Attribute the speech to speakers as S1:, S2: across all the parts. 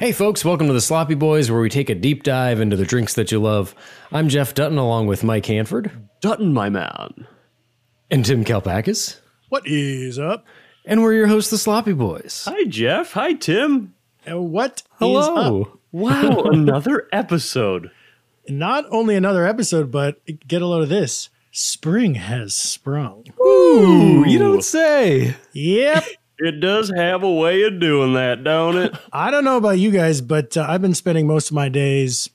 S1: Hey, folks, welcome to the Sloppy Boys, where we take a deep dive into the drinks that you love. I'm Jeff Dutton, along with Mike Hanford
S2: Dutton, my man.
S1: and Tim Kalpakis,
S3: What is up?
S1: and we're your hosts, the Sloppy Boys.
S2: Hi, Jeff. Hi, Tim.
S3: Uh, What is up?
S1: Hello.
S2: Wow, another episode.
S3: Not only another episode, but get a load of this. Spring has sprung.
S1: Ooh, you don't say.
S3: Yep.
S2: It does have a way of doing that, don't it?
S3: I don't know about you guys, but uh, I've been spending most of my days.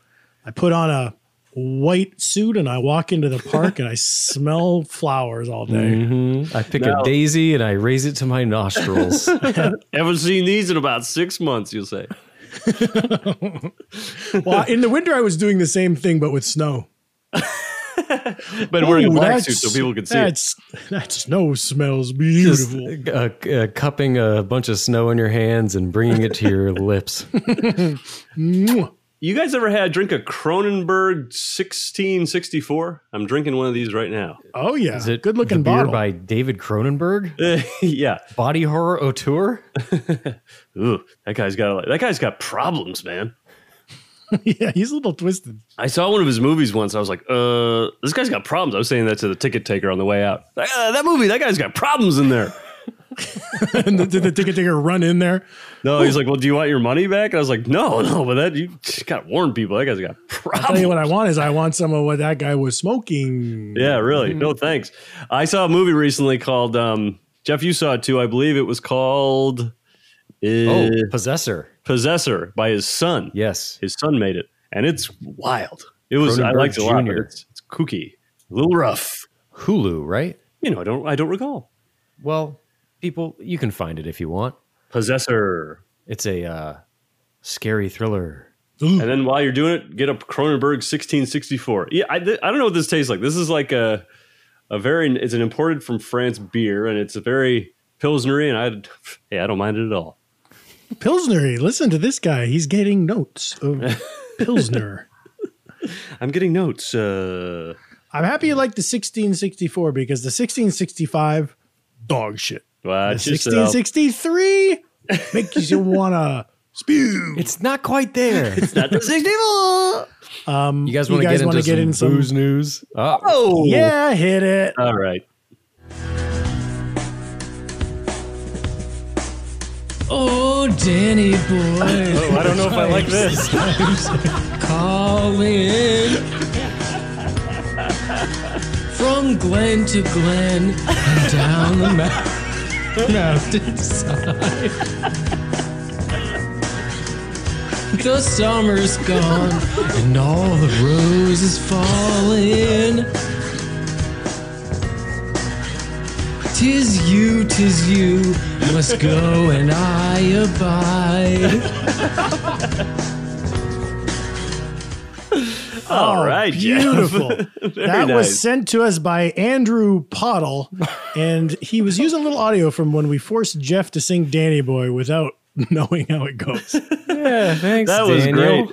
S3: I put on a white suit and I walk into the park and I smell flowers all day.
S2: Mm-hmm.
S1: I pick a daisy and I raise it to my nostrils.
S2: Haven't seen these in about six months, you'll say.
S3: Well, in the winter, I was doing the same thing, but with snow.
S2: But wearing a black suit so people can see it.
S3: that's, That snow smells
S1: Just
S3: beautiful.
S1: uh, uh, cupping a bunch of snow in your hands and bringing it to your lips.
S2: You guys ever had drink a Cronenberg 1664? I'm drinking one of these right now.
S3: oh, yeah.
S1: Is it
S3: Good looking
S1: the beer
S3: bottle.
S1: by David Cronenberg?
S2: yeah.
S1: Body horror auteur?
S2: Ooh, that guy's got that guy's got problems, man.
S3: yeah, he's a little twisted.
S2: I saw one of his movies once. I was like, uh, this guy's got problems. I was saying that to the ticket taker on the way out. Like, uh, that movie, that guy's got problems in there.
S3: and the, did the ticket taker run in there?
S2: No, he's like, well, do you want your money back? And I was like, no, no, but that you got to warn people. That guy's got
S3: I'll tell you
S2: problems.
S3: what I want is I want some of what that guy was smoking.
S2: Yeah, really.
S1: Mm-hmm.
S2: No, thanks. I saw a movie recently called um, Jeff. You saw it too, I believe. It was called uh,
S1: Oh, possessor.
S2: Possessor by his son.
S1: Yes.
S2: his son made it, and it's wild. It was. I
S1: Cronenberg
S2: liked it a lot, but
S1: Jr..
S2: it's, it's kooky, a little rough.
S1: Hulu, right?
S2: You know, I don't. I don't recall.
S1: Well, people, you can find it if you want.
S2: Possessor.
S1: It's a uh, scary thriller.
S2: And then while you're doing it, get a Cronenberg 1664. Yeah, I, th- I don't know what this tastes like. This is like a a very it's an imported from France beer, and it's a very pilsnery, and I yeah I don't mind it at all.
S3: Pilsnery. Listen to this guy. He's getting notes of Pilsner.
S2: I'm getting notes. Uh,
S3: I'm happy you like the 1664 because the 1665, dog shit. The
S2: watch yourself.
S3: 1663 makes you want to spew.
S1: It's not quite there.
S2: It's not the 64.
S3: Um,
S1: you guys
S3: you
S1: want to
S3: guys
S1: get
S3: wanna
S1: into
S3: get in
S1: some
S3: some-
S1: booze news? Oh,
S2: Oh
S3: yeah, hit it.
S2: All right.
S4: Oh, Danny boy,
S2: Oh, I don't know if I like this.
S4: call in. From glen to glen and down the mou- mountainside. The summer's gone and all the roses falling. Tis you, tis you, must go and I abide.
S2: All right, Jeff.
S3: Oh, Beautiful. that
S2: nice.
S3: was sent to us by Andrew Pottle, and he was using a little audio from when we forced Jeff to sing Danny Boy without knowing how it goes.
S1: yeah, thanks.
S2: That was
S1: Daniel.
S2: great.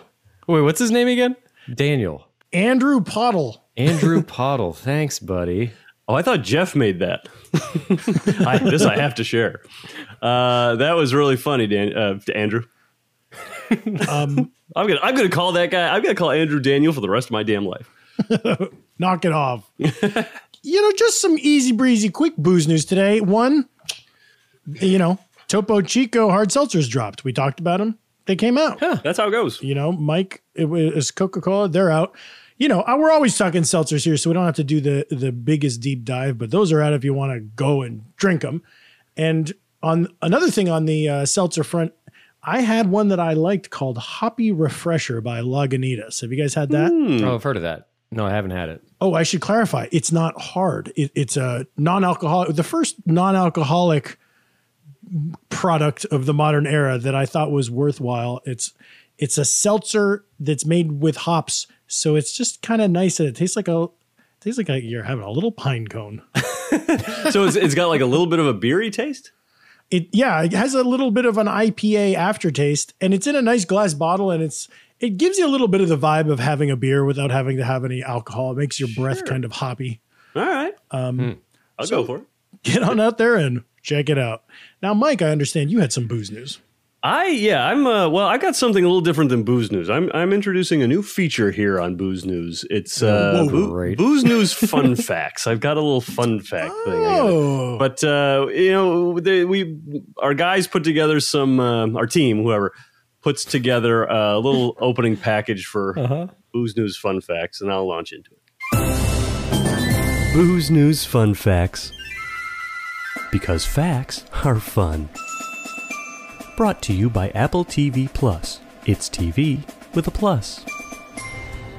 S1: Wait, what's his name again? Daniel.
S3: Andrew Pottle.
S1: Andrew Pottle. Thanks, buddy.
S2: Oh, I thought Jeff made that. I, this I have to share. Uh, that was really funny, Dan, uh, Andrew.
S3: um,
S2: I'm gonna I'm gonna call that guy. I'm gonna call Andrew Daniel for the rest of my damn life.
S3: Knock it off. you know, just some easy breezy, quick booze news today. One, you know, Topo Chico hard seltzers dropped. We talked about them. They came out.
S2: That's how it goes.
S3: You know, Mike it was Coca Cola. They're out. You know, I- we're always talking seltzers here, so we don't have to do the the biggest deep dive. But those are out if you want to go and drink them. And on another thing on the uh, seltzer front, I had one that I liked called Hoppy Refresher by Lagunitas. Have you guys had that?
S2: Mm.
S1: Oh, I've heard of that. No, I haven't had it.
S3: Oh, I should clarify. It's not hard. It, it's a non-alcoholic. The first non-alcoholic product of the modern era that I thought was worthwhile. It's it's a seltzer that's made with hops, so it's just kind of nice and it tastes like a tastes like a, you're having a little pine cone.
S2: So it's, it's got like a little bit of a beery taste.
S3: It yeah, it has a little bit of an IPA aftertaste, and it's in a nice glass bottle, and it's it gives you a little bit of the vibe of having a beer without having to have any alcohol. It makes your breath kind of hoppy.
S2: All right. Um, I'll go for it.
S3: get on out there and check it out. Now, Mike, I understand you had some booze news.
S2: I yeah, I'm uh, well. I got something a little different than Booze News. I'm I'm introducing a new feature here on Booze News. It's uh, Boo-
S1: great.
S2: Booze News fun facts. I've got a little fun fact thing. I gotta- But uh, you know, they, we our guys put together some um our team, whoever puts together a little opening package for Booze News fun facts, and I'll launch into it. Booze News fun facts because facts are fun. Brought to you by Apple TV Plus. It's TV with a plus.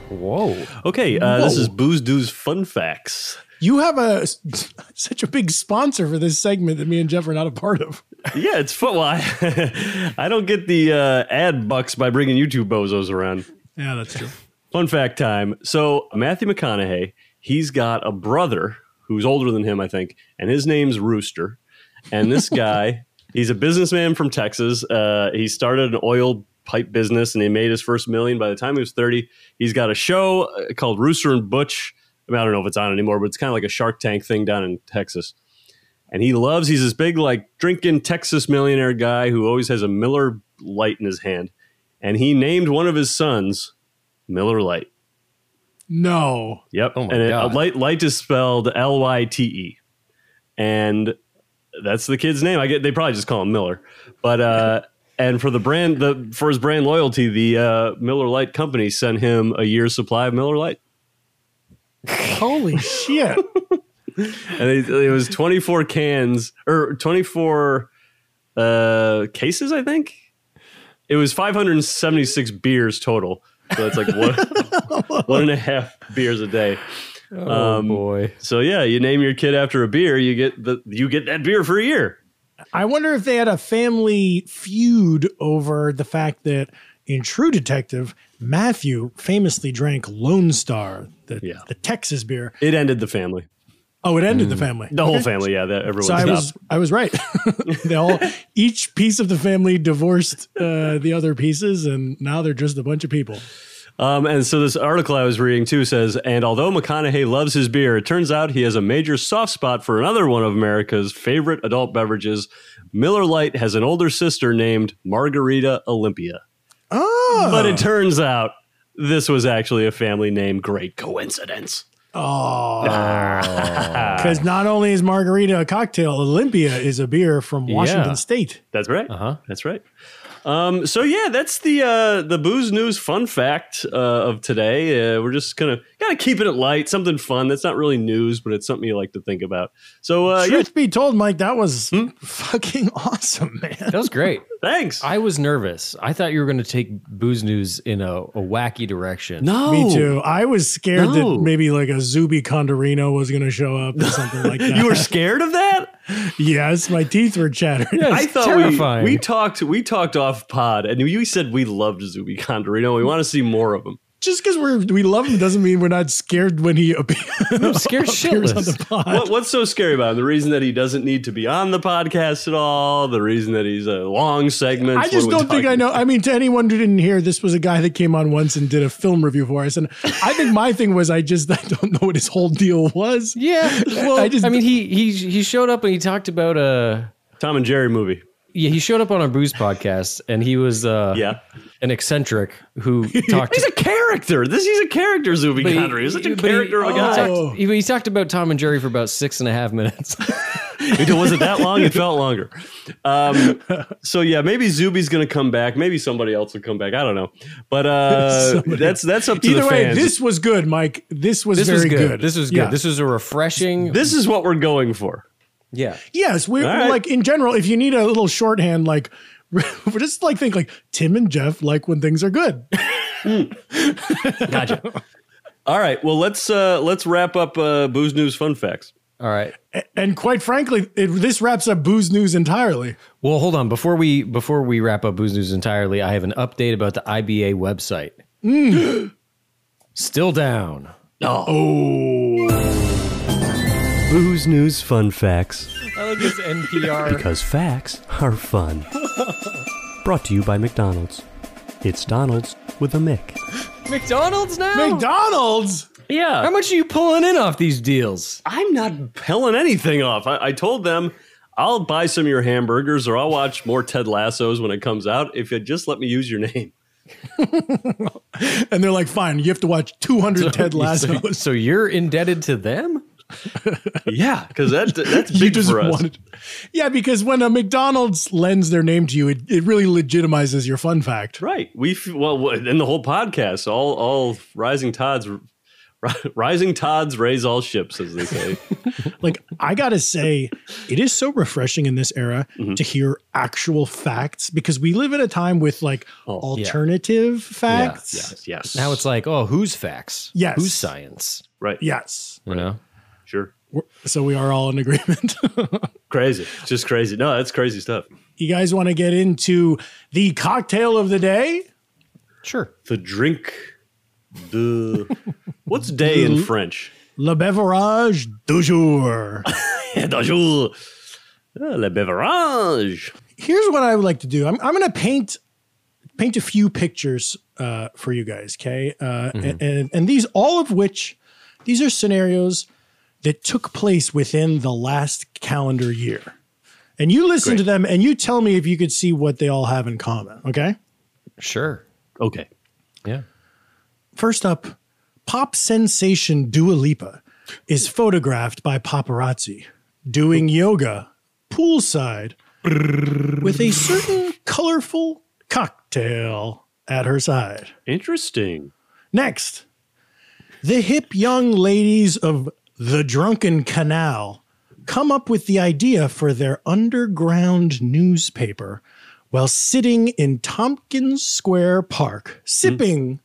S1: Whoa.
S2: Okay, uh, this
S3: Whoa.
S2: is Booze News fun facts.
S3: You have a such a big sponsor for this segment that me and Jeff are not a part of.
S2: Yeah, it's fun. Well, I, I don't get the uh, ad bucks by bringing you two bozos around.
S3: Yeah, that's true.
S2: Fun fact time. So Matthew McConaughey, he's got a brother who's older than him, I think, and his name's Rooster. And this guy, he's a businessman from Texas. Uh, he started an oil pipe business and he made his first million by the time he was 30. He's got a show uh, called Rooster and Butch. I, mean, I don't know if it's on anymore, but it's kind of like a Shark Tank thing down in Texas. And he loves, he's this big, like, drinking Texas millionaire guy who always has a Miller light in his hand. And he named one of his sons Miller Light.
S3: No.
S2: Yep.
S1: Oh my
S2: and it-
S1: God.
S2: light light is spelled L Y T E, and that's the kid's name. I get they probably just call him Miller, but uh, and for the brand the for his brand loyalty, the uh, Miller Light company sent him a year's supply of Miller Light,
S3: Holy shit.
S2: and it, it was twenty four cans or twenty four uh, cases, I think. It was five hundred and seventy six beers total. So that's like one, one and a half beers a day.
S1: Oh boy.
S2: So yeah, you name your kid after a beer, you get the you get that beer for a year.
S3: I wonder if they had a family feud over the fact that in True Detective, Matthew famously drank Lone Star, the,
S2: Yeah.
S3: the Texas beer.
S2: It ended the family,
S3: Oh, it ended the family.
S2: the whole family. Yeah, that everyone
S3: So I
S2: stopped.
S3: was I was right. they all each piece of the family divorced uh, the other pieces, and now they're just a bunch of people.
S2: um, and so this article I was reading too says, and although McConaughey loves his beer, it turns out he has a major soft spot for another one of America's favorite adult beverages. Miller Lite has an older sister named Margarita Olympia.
S3: Oh,
S2: But it turns out this was actually a family name. Great coincidence. Ah.
S3: because not only is margarita a cocktail, Olympia is a beer from Washington
S1: Yeah.
S3: State.
S2: That's right. That's right. Um, so yeah, that's the uh, the booze news fun fact uh, of today. Uh, we're just kind of kind of keeping it light, something fun. That's not really news, but it's something you like to think about. So uh, yeah,
S3: Truth be told, Mike, that was fucking awesome, man.
S1: That was great.
S2: thanks.
S1: I was nervous. I thought you were going to take booze news in a, a wacky direction.
S2: no,
S3: Me too. I was scared
S2: No.
S3: that maybe like a Zuby Condorino was going to show up or something like that.
S2: You were scared of that?
S3: yes, my teeth were chattering.
S1: That's
S2: I thought
S1: terrifying.
S2: we we talked we talked off pod, and you said we loved Zuby Condorino. We want to see more of him.
S3: Just because we we love him doesn't mean we're not scared when he appears
S1: I'm scared
S3: on
S1: shitless.
S3: the pod.
S2: What, what's so scary about him? The reason that he doesn't need to be on the podcast at all. The reason that he's a long segment.
S3: I just don't think I know. I mean, to anyone who didn't hear, this was a guy that came on once and did a film review for us. And I think my thing was I just I don't know what his whole deal was.
S1: Yeah. Well,
S3: I
S1: I,
S3: just-
S1: mean, he he he showed up and he talked about uh
S2: Tom and Jerry movie.
S1: yeah, he showed up on our booze podcast, and he was uh,
S2: Yeah.
S1: an eccentric who talked.
S2: He's a character. This he's a character, Zuby
S1: but he-
S2: Connery. He's such a
S1: but he-
S2: character of a guy. Oh.
S1: He, talked, he- he talked about Tom and Jerry for about six and a half minutes.
S2: it wasn't that long. It felt longer. Um, so yeah, maybe Zuby's going to come back. Maybe somebody else will come back. I don't know. But uh,
S3: Somebody-
S2: that's that's up to
S3: Either
S2: the
S3: way,
S2: fans.
S3: this was good, Mike. This was
S1: This
S3: very
S1: was good.
S3: good.
S1: This was good.
S3: Yeah.
S1: This was a refreshing.
S2: this is what we're going for.
S1: yeah.
S3: Yes, we
S2: All right.
S3: like in general. If you need a little shorthand, like we just like think like Tim and Jeff like when things are good.
S2: All right. Well, let's uh, let's wrap up uh, booze news fun facts.
S1: All right.
S3: A- And quite frankly, it, this wraps up booze news entirely.
S1: Well, hold on before we before we wrap up booze news entirely. I have an update about the IBA website. Mm. Still down. Oh.
S2: Booze news fun facts
S1: I like this NPR.
S2: because facts are fun. Brought to you by McDonald's. It's Donald's with a Mick.
S1: McDonald's now.
S3: McDonald's.
S2: Yeah.
S1: How much are you pulling in off these deals?
S2: I'm not pelling anything off. I, I told them I'll buy some of your hamburgers or I'll watch more Ted Lasso's when it comes out if you just let me use your name.
S3: And they're like, fine, you have to watch 200 Ted
S1: So,
S3: Lasso's.
S1: so you're indebted to them?
S2: Yeah, because that that's
S3: You
S2: big
S3: just
S2: for us.
S3: wanted- Yeah, because when a McDonald's lends their name to you, it, it really legitimizes your fun fact.
S2: Right. We f- well w- and the whole podcast. All all rising tides, ri- rising tides raise all ships, as they say.
S3: Like, I gotta say, it is so refreshing in this era
S2: Mm-hmm.
S3: to hear actual facts because we live in a time with like alternative facts.
S2: Oh, yes, yes.
S1: Now it's like, oh, who's facts?
S3: Yes.
S1: Who's science?
S2: right.
S3: Yes.
S1: You know?
S2: Sure.
S3: We're- So we are all in agreement.
S2: Crazy. Just crazy. No, that's crazy stuff.
S3: you guys want to get into the cocktail of the day?
S1: Sure.
S2: The drink. The what's day
S1: Mm-hmm.
S2: in French?
S3: Le beverage du jour.
S2: Bonjour. Ah, La beverage.
S3: Here's what I would like to do. I'm, I'm going to paint paint a few pictures uh, for you guys, okay? Uh, and, and and these all of which these are scenarios that took place within the last calendar year. And you listen to them and you tell me if you could see what they all have in common, okay?
S1: Sure.
S2: Okay.
S1: Yeah.
S3: First up, pop sensation Dua Lipa is photographed by paparazzi doing yoga poolside with a certain colorful cocktail at her side.
S2: Interesting.
S3: Next, the hip young ladies of the Drunken Canal come up with the idea for their underground newspaper while sitting in Tompkins Square Park, sipping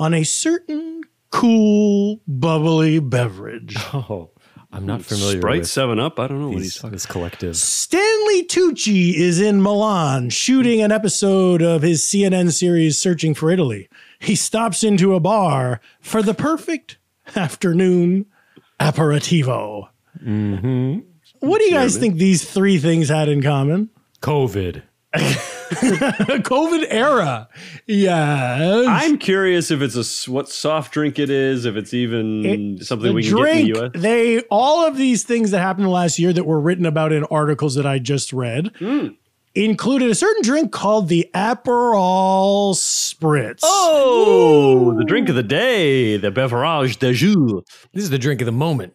S3: on a certain cool, bubbly beverage.
S1: Oh, I'm not familiar
S2: Sprite
S1: with
S2: Seven Up. I don't know what he's
S1: these,
S2: talking.
S1: this collective.
S3: Stanley Tucci is in Milan shooting an episode of his CNN series Searching for Italy. He stops into a bar for the perfect afternoon aperitivo. What do you guys think these three things had in common?
S1: COVID.
S3: The COVID era. Yes.
S2: I'm curious if it's a s- what soft drink it is, if it's even something
S3: the
S2: we can
S3: drink,
S2: get in the U.S.
S3: They all of these things that happened last year that were written about in articles that I just read
S2: Mm.
S3: included a certain drink called the Aperol Spritz.
S2: Oh, the drink of the day, the beverage de jour.
S1: This is the drink of the moment.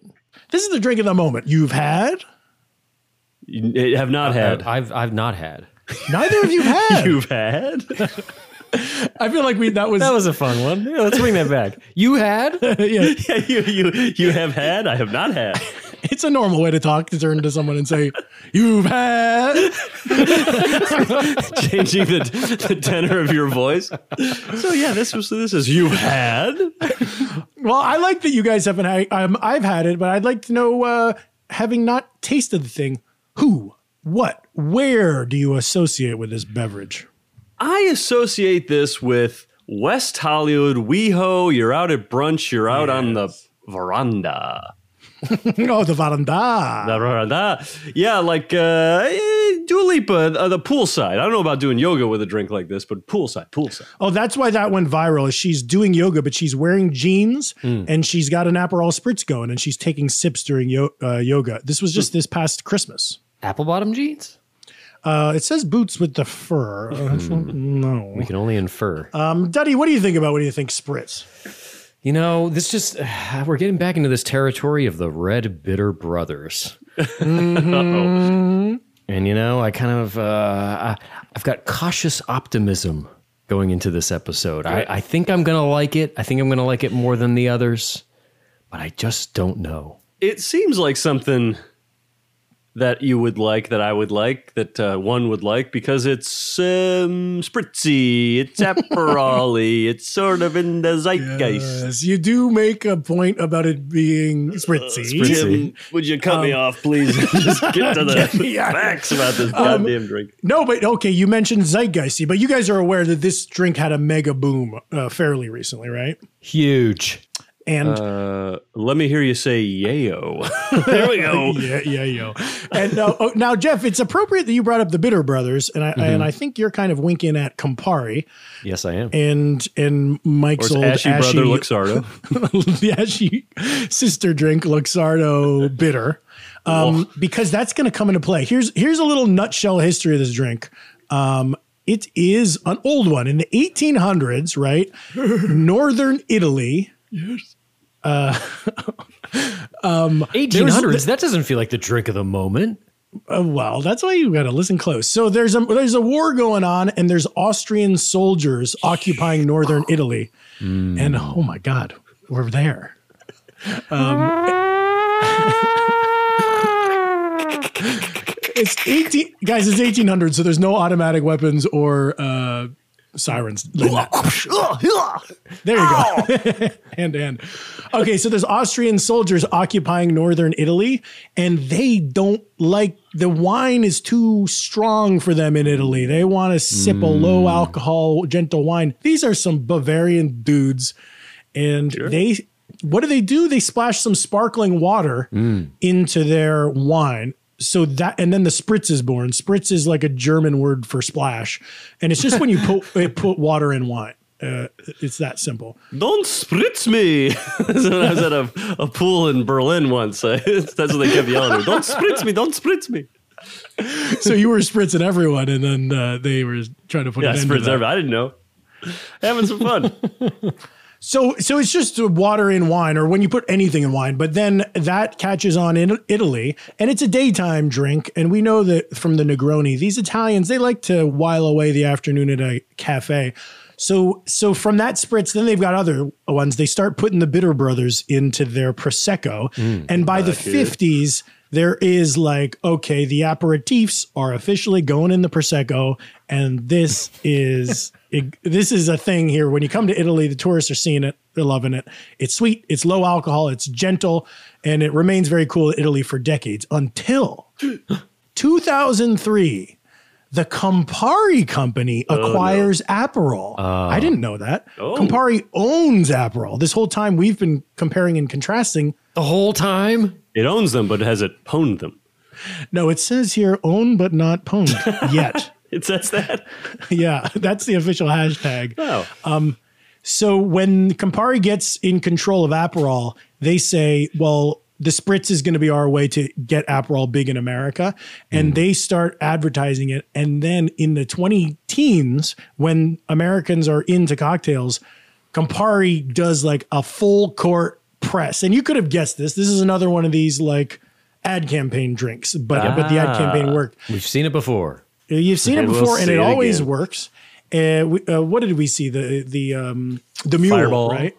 S3: This is the drink of the moment. You've had?
S2: You eh, have not had.
S1: I- I've I've not had.
S3: Neither of you had.
S2: You've had.
S3: I feel like we that was,
S1: That was a fun one. Yeah, let's bring that back. You had?
S3: yeah,
S2: yeah, you, you you have had. I have not had.
S3: it's a normal way to talk to turn to someone and say, You've had
S2: Changing the, the tenor of your voice. So yeah, this was this is you've had.
S3: Well, I like that you guys haven't had um, I've had it, but I'd like to know uh, having not tasted the thing, who, what, where do you associate with this beverage?
S2: I associate this with West Hollywood, WeHo. You're out at brunch. You're out on the veranda.
S3: Oh, the varanda.
S2: Da, da, da, da. Yeah, like uh, eh, Dua Lipa, uh, the poolside. I don't know about doing yoga with a drink like this, but poolside, poolside.
S3: Oh, that's why that went viral. Is she's doing yoga, but she's wearing jeans and she's got an Aperol spritz going, and she's taking sips during yo- uh, yoga. This was just this past Christmas.
S1: Apple bottom jeans?
S3: Uh, it says boots with the fur. Uh, no.
S1: We can only infer.
S3: Um, Duddy, what do you think about what do you think spritz?
S1: You know, this just, we're getting back into this territory of the Red Bitter Brothers.
S3: Mm-hmm.
S1: And, you know, I kind of, uh, I, I've got cautious optimism going into this episode. I, I think I'm going to like it. I think I'm going to like it more than the others, but I just don't know.
S2: It seems like something that you would like, that I would like, that uh, one would like, because it's um, spritzy, it's aperol it's sort of in the zeitgeist.
S3: Yes, you do make a point about it being spritzy.
S2: Jim, would you cut me off, please? Just get to the facts about this goddamn drink.
S3: No, but okay, you mentioned zeitgeisty, but you guys are aware that this drink had a mega boom uh, fairly recently, right?
S1: Huge.
S3: And
S2: Uh, let me hear you say yayo. there we go.
S3: yeah, yeah, yo. And now, oh, now, Jeff, it's appropriate that you brought up the Bitter Brothers, and I
S2: Mm-hmm.
S3: and I think you're kind of winking at Campari
S1: Yes, I am.
S3: and and Mike's
S2: Or
S3: old
S2: ashy, brother Luxardo.
S3: the ashy sister drink Luxardo bitter, um, because that's going to come into play. Here's here's a little nutshell history of this drink. Um, it is an old one in the 1800s, right? Northern Italy.
S1: 1800s. That doesn't feel like the drink of the moment.
S3: Uh, well, that's why you got to listen close. So there's a there's a war going on, and there's Austrian soldiers occupying northern Italy, and oh my God, we're there. Um, it's eighteen guys. It's eighteen hundred, so there's no automatic weapons or uh, sirens. like that. there you go hand to hand. Okay, so there's Austrian soldiers occupying northern Italy, and they don't like the wine is too strong for them in Italy. They want to sip a low alcohol, gentle wine. These are some Bavarian dudes, and they what do they do? They splash some sparkling water into their wine. So that and then the spritz is born. Spritz is like a German word for splash, and it's just when you put put water in wine. Uh, it's that simple.
S2: Don't spritz me. That's when I was at a, a pool in Berlin once. That's what they kept yelling. at me. Don't spritz me. Don't spritz me.
S3: so you were spritzing everyone, and then uh, they were trying to put
S2: Yeah,
S3: an
S2: I
S3: end to
S2: spritz
S3: that.
S2: everybody. I didn't know. Having some fun.
S3: So, so it's just water in wine, or when you put anything in wine. But then that catches on in Italy, and it's a daytime drink. And we know that from the Negroni, these Italians they like to while away the afternoon at a cafe. So, so from that spritz, then they've got other ones. They start putting the Bitter Brothers into their prosecco,
S2: Mm,
S3: and by the fifties, there is like, okay, the aperitifs are officially going in the prosecco, and this is it, this is a thing here. When you come to Italy, the tourists are seeing it, they're loving it. It's sweet, it's low alcohol, it's gentle, and it remains very cool in Italy for decades until 2003. The Campari Company acquires Aperol. I didn't know that. Campari owns Aperol. This whole time we've been comparing and contrasting
S1: The whole time?
S2: It owns them, but has it pwned them?
S3: No, it says here own but not pwned yet.
S2: It says that.
S3: yeah, that's the official hashtag.
S2: Oh.
S3: So when Campari gets in control of Aperol, they say, well, the spritz is going to be our way to get Aperol big in America. And they start advertising it. And then in the 20 teens, when Americans are into cocktails, Campari does like a full court press. And you could have guessed this. This is another one of these like ad campaign drinks, but, but the ad campaign worked.
S1: We've seen it before.
S3: You've seen it
S2: And we'll
S3: before, and
S2: see
S3: it,
S2: it
S3: always
S2: again.
S3: works. Uh, we, uh, what did we see? The the um, the mule,
S2: Fireball. Uh-huh.
S3: right?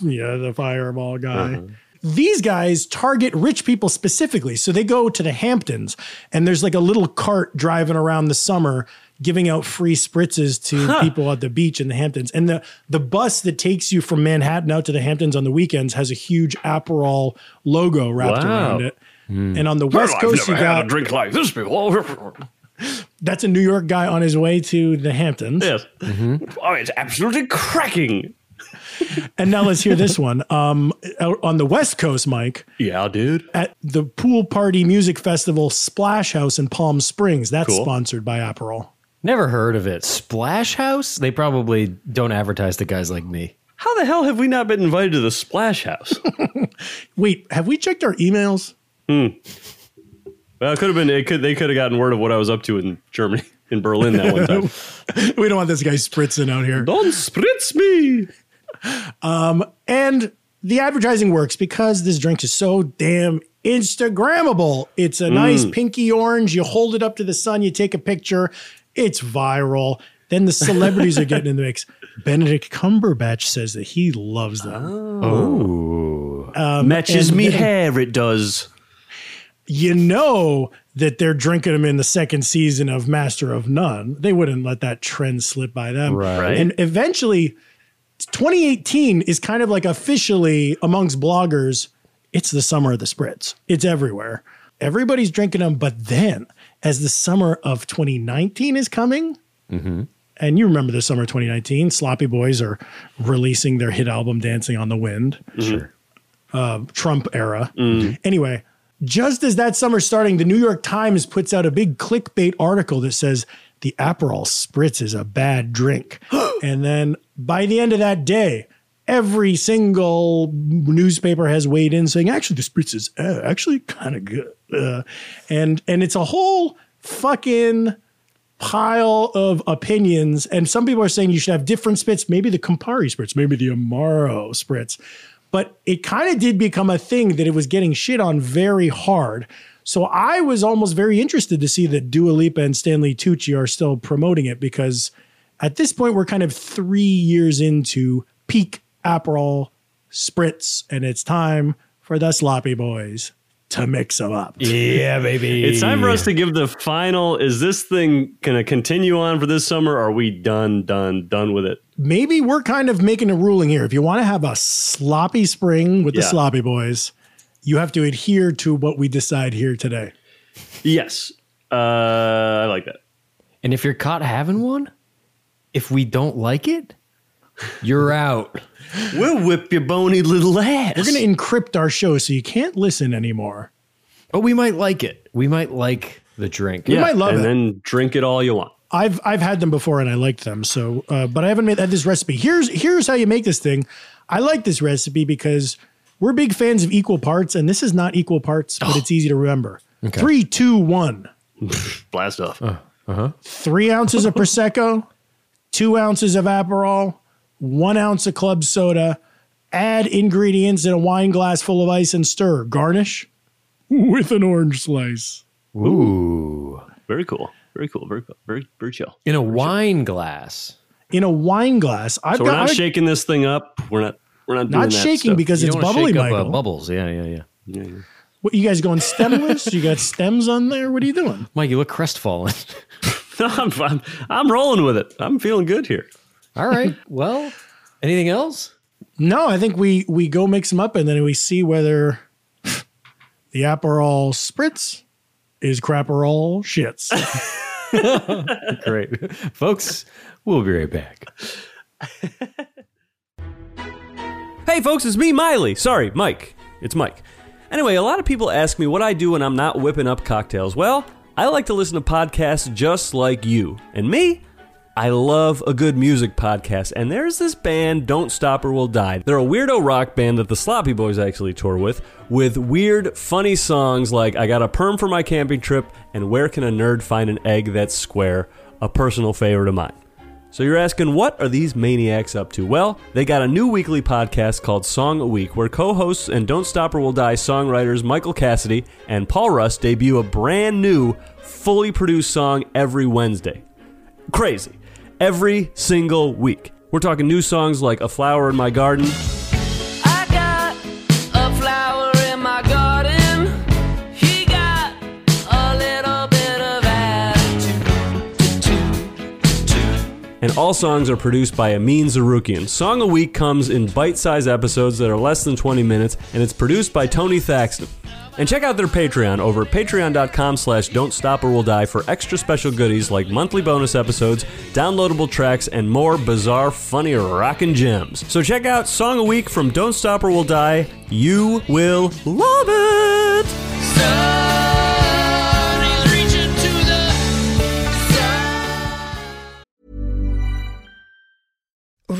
S3: Yeah, the fireball guy. These guys target rich people specifically, so they go to the Hamptons, and there's like a little cart driving around the summer, giving out free spritzes to people at the beach in the Hamptons. And the the bus that takes you from Manhattan out to the Hamptons on the weekends has a huge Aperol logo wrapped
S2: Wow. Hmm.
S3: around it. And on the West Coast, you got
S2: drink like this before.
S3: that's a New York guy on his way to the Hamptons.
S2: yes.
S3: Mm-hmm.
S2: Oh, it's absolutely cracking.
S3: And now let's hear this one. Um, out on the West Coast, Mike,
S2: Yeah, dude.
S3: at the Pool Party Music Festival Splash House in Palm Springs. That's sponsored by Aperol.
S1: Never heard of it. Splash House? They probably don't advertise to guys like me.
S2: How the hell have we not been invited to the Splash House?
S3: Wait, have we checked our emails?
S5: Well, it could have been. It could. They could have gotten word of what I was up to in Germany, in Berlin that one time.
S3: we don't want this guy spritzing out here.
S5: Don't spritz me.
S3: And the advertising works because this drink is so damn Instagrammable. It's a nice pinky orange. You hold it up to the sun, you take a picture, it's viral. Then the celebrities are getting in the mix. Benedict Cumberbatch says that he loves them.
S6: Matches
S3: and-
S6: me hair, it does.
S3: You know that they're drinking them in the second season of Master of None. They wouldn't let that trend slip by them.
S6: Right.
S3: And eventually, 2018 is kind of like officially amongst bloggers, it's the summer of the spritz. It's everywhere. Everybody's drinking them. But then, as the summer of 2019 is coming, and you remember the summer of 2019, Sloppy Boys are releasing their hit album, Dancing on the Wind. Sure. Trump era. Anyway, just as that summer's starting, the New York Times puts out a big clickbait article that says the Aperol Spritz is a bad drink. and then by the end of that day, every single newspaper has weighed in saying, actually, the Spritz is uh, actually kind of good. Uh, and and it's a whole fucking pile of opinions. And some people are saying you should have different spritz, maybe the Campari spritz, maybe the Amaro spritz. But it kind of did become a thing that it was getting shit on very hard. So I was almost very interested to see that Dua Lipa and Stanley Tucci are still promoting it because at this point we're kind of three years into peak Aperol spritz, and it's time for the sloppy boys to mix them up.
S1: Yeah, baby.
S5: It's time for us to give the final. Is this thing gonna continue on for this summer? Or are we done, done, done with it?
S3: maybe we're kind of making a ruling here. If you want to have a sloppy spring with the
S5: Yeah.
S3: sloppy boys, you have to adhere to what we decide here today.
S5: Yes. Uh, I like that.
S1: And if you're caught having one, if we don't like it, you're out.
S6: We'll whip your bony little ass.
S3: We're going to encrypt our show so you can't listen anymore.
S1: But we might like it. We might like the drink.
S5: yeah.
S3: might love
S5: and
S3: it.
S5: then drink it all you want.
S3: I've I've had them before and I liked them. So, uh, but I haven't made had this recipe. Here's here's how you make this thing. I like this recipe because we're big fans of equal parts, and this is not equal parts, but it's easy to remember. Three, two, one.
S5: Blast off.
S3: three ounces of Prosecco, two ounces of Aperol, one ounce of club soda. Add ingredients in a wine glass full of ice and stir. Garnish with an orange slice.
S1: Ooh.
S5: Very cool. Very cool. Very cool. Very very chill.
S1: In a wine glass.
S3: In a wine glass, I've
S5: So we're
S3: got
S5: not
S3: I-
S5: shaking this thing up. We're not. We're not doing
S3: not
S5: that
S3: shaking
S5: stuff.
S3: because
S1: You
S3: it's
S1: don't wanna
S3: bubbly,
S1: shake up, uh,
S3: Michael.
S1: bubbles. Yeah, yeah, yeah.
S3: What you guys going stemless? you got stems on there? What are you doing?
S1: Mike, you look crestfallen.
S5: No, I'm, I'm I'm rolling with it. I'm feeling good here.
S1: All right. Well, anything else?
S3: No, I think we we go mix them up and then we see whether the Aperol spritz is crapperol shits.
S1: Great. folks, we'll be right back.
S2: Hey, folks, it's me, Miley. Sorry, Mike. It's Mike. Anyway, a lot of people ask me what I do when I'm not whipping up cocktails. Well, I like to listen to podcasts just like you. And me? I love a good music podcast, and there's this band, Don't Stop or Will Die. They're a weirdo rock band that the Sloppy Boys actually tour with, with weird, funny songs like I Got a Perm for My Camping Trip and Where Can a Nerd Find an Egg That's Square, a personal favorite of mine. So you're asking, what are these maniacs up to? Well, they got a new weekly podcast called Song a Week, where co-hosts and Don't Stop or Will Die songwriters Michael Cassidy and Paul Russ debut a brand new, fully produced song every Wednesday. Crazy. Every single week. We're talking new songs like A Flower in My Garden,
S7: I got a flower in my garden. He got a little bit of attitude.
S2: and all songs are produced by Amin Zarukian. Song a Week comes in bite-sized episodes that are less than 20 minutes, and it's produced by Tony Thaxton. And check out their Patreon over at patreon.com slash don't stop or will die for extra special goodies like monthly bonus episodes, downloadable tracks, and more bizarre, funny, rockin' gems. So check out Song a Week from Don't Stop or Will Die. You will love it!
S7: Sun is reaching to the sun.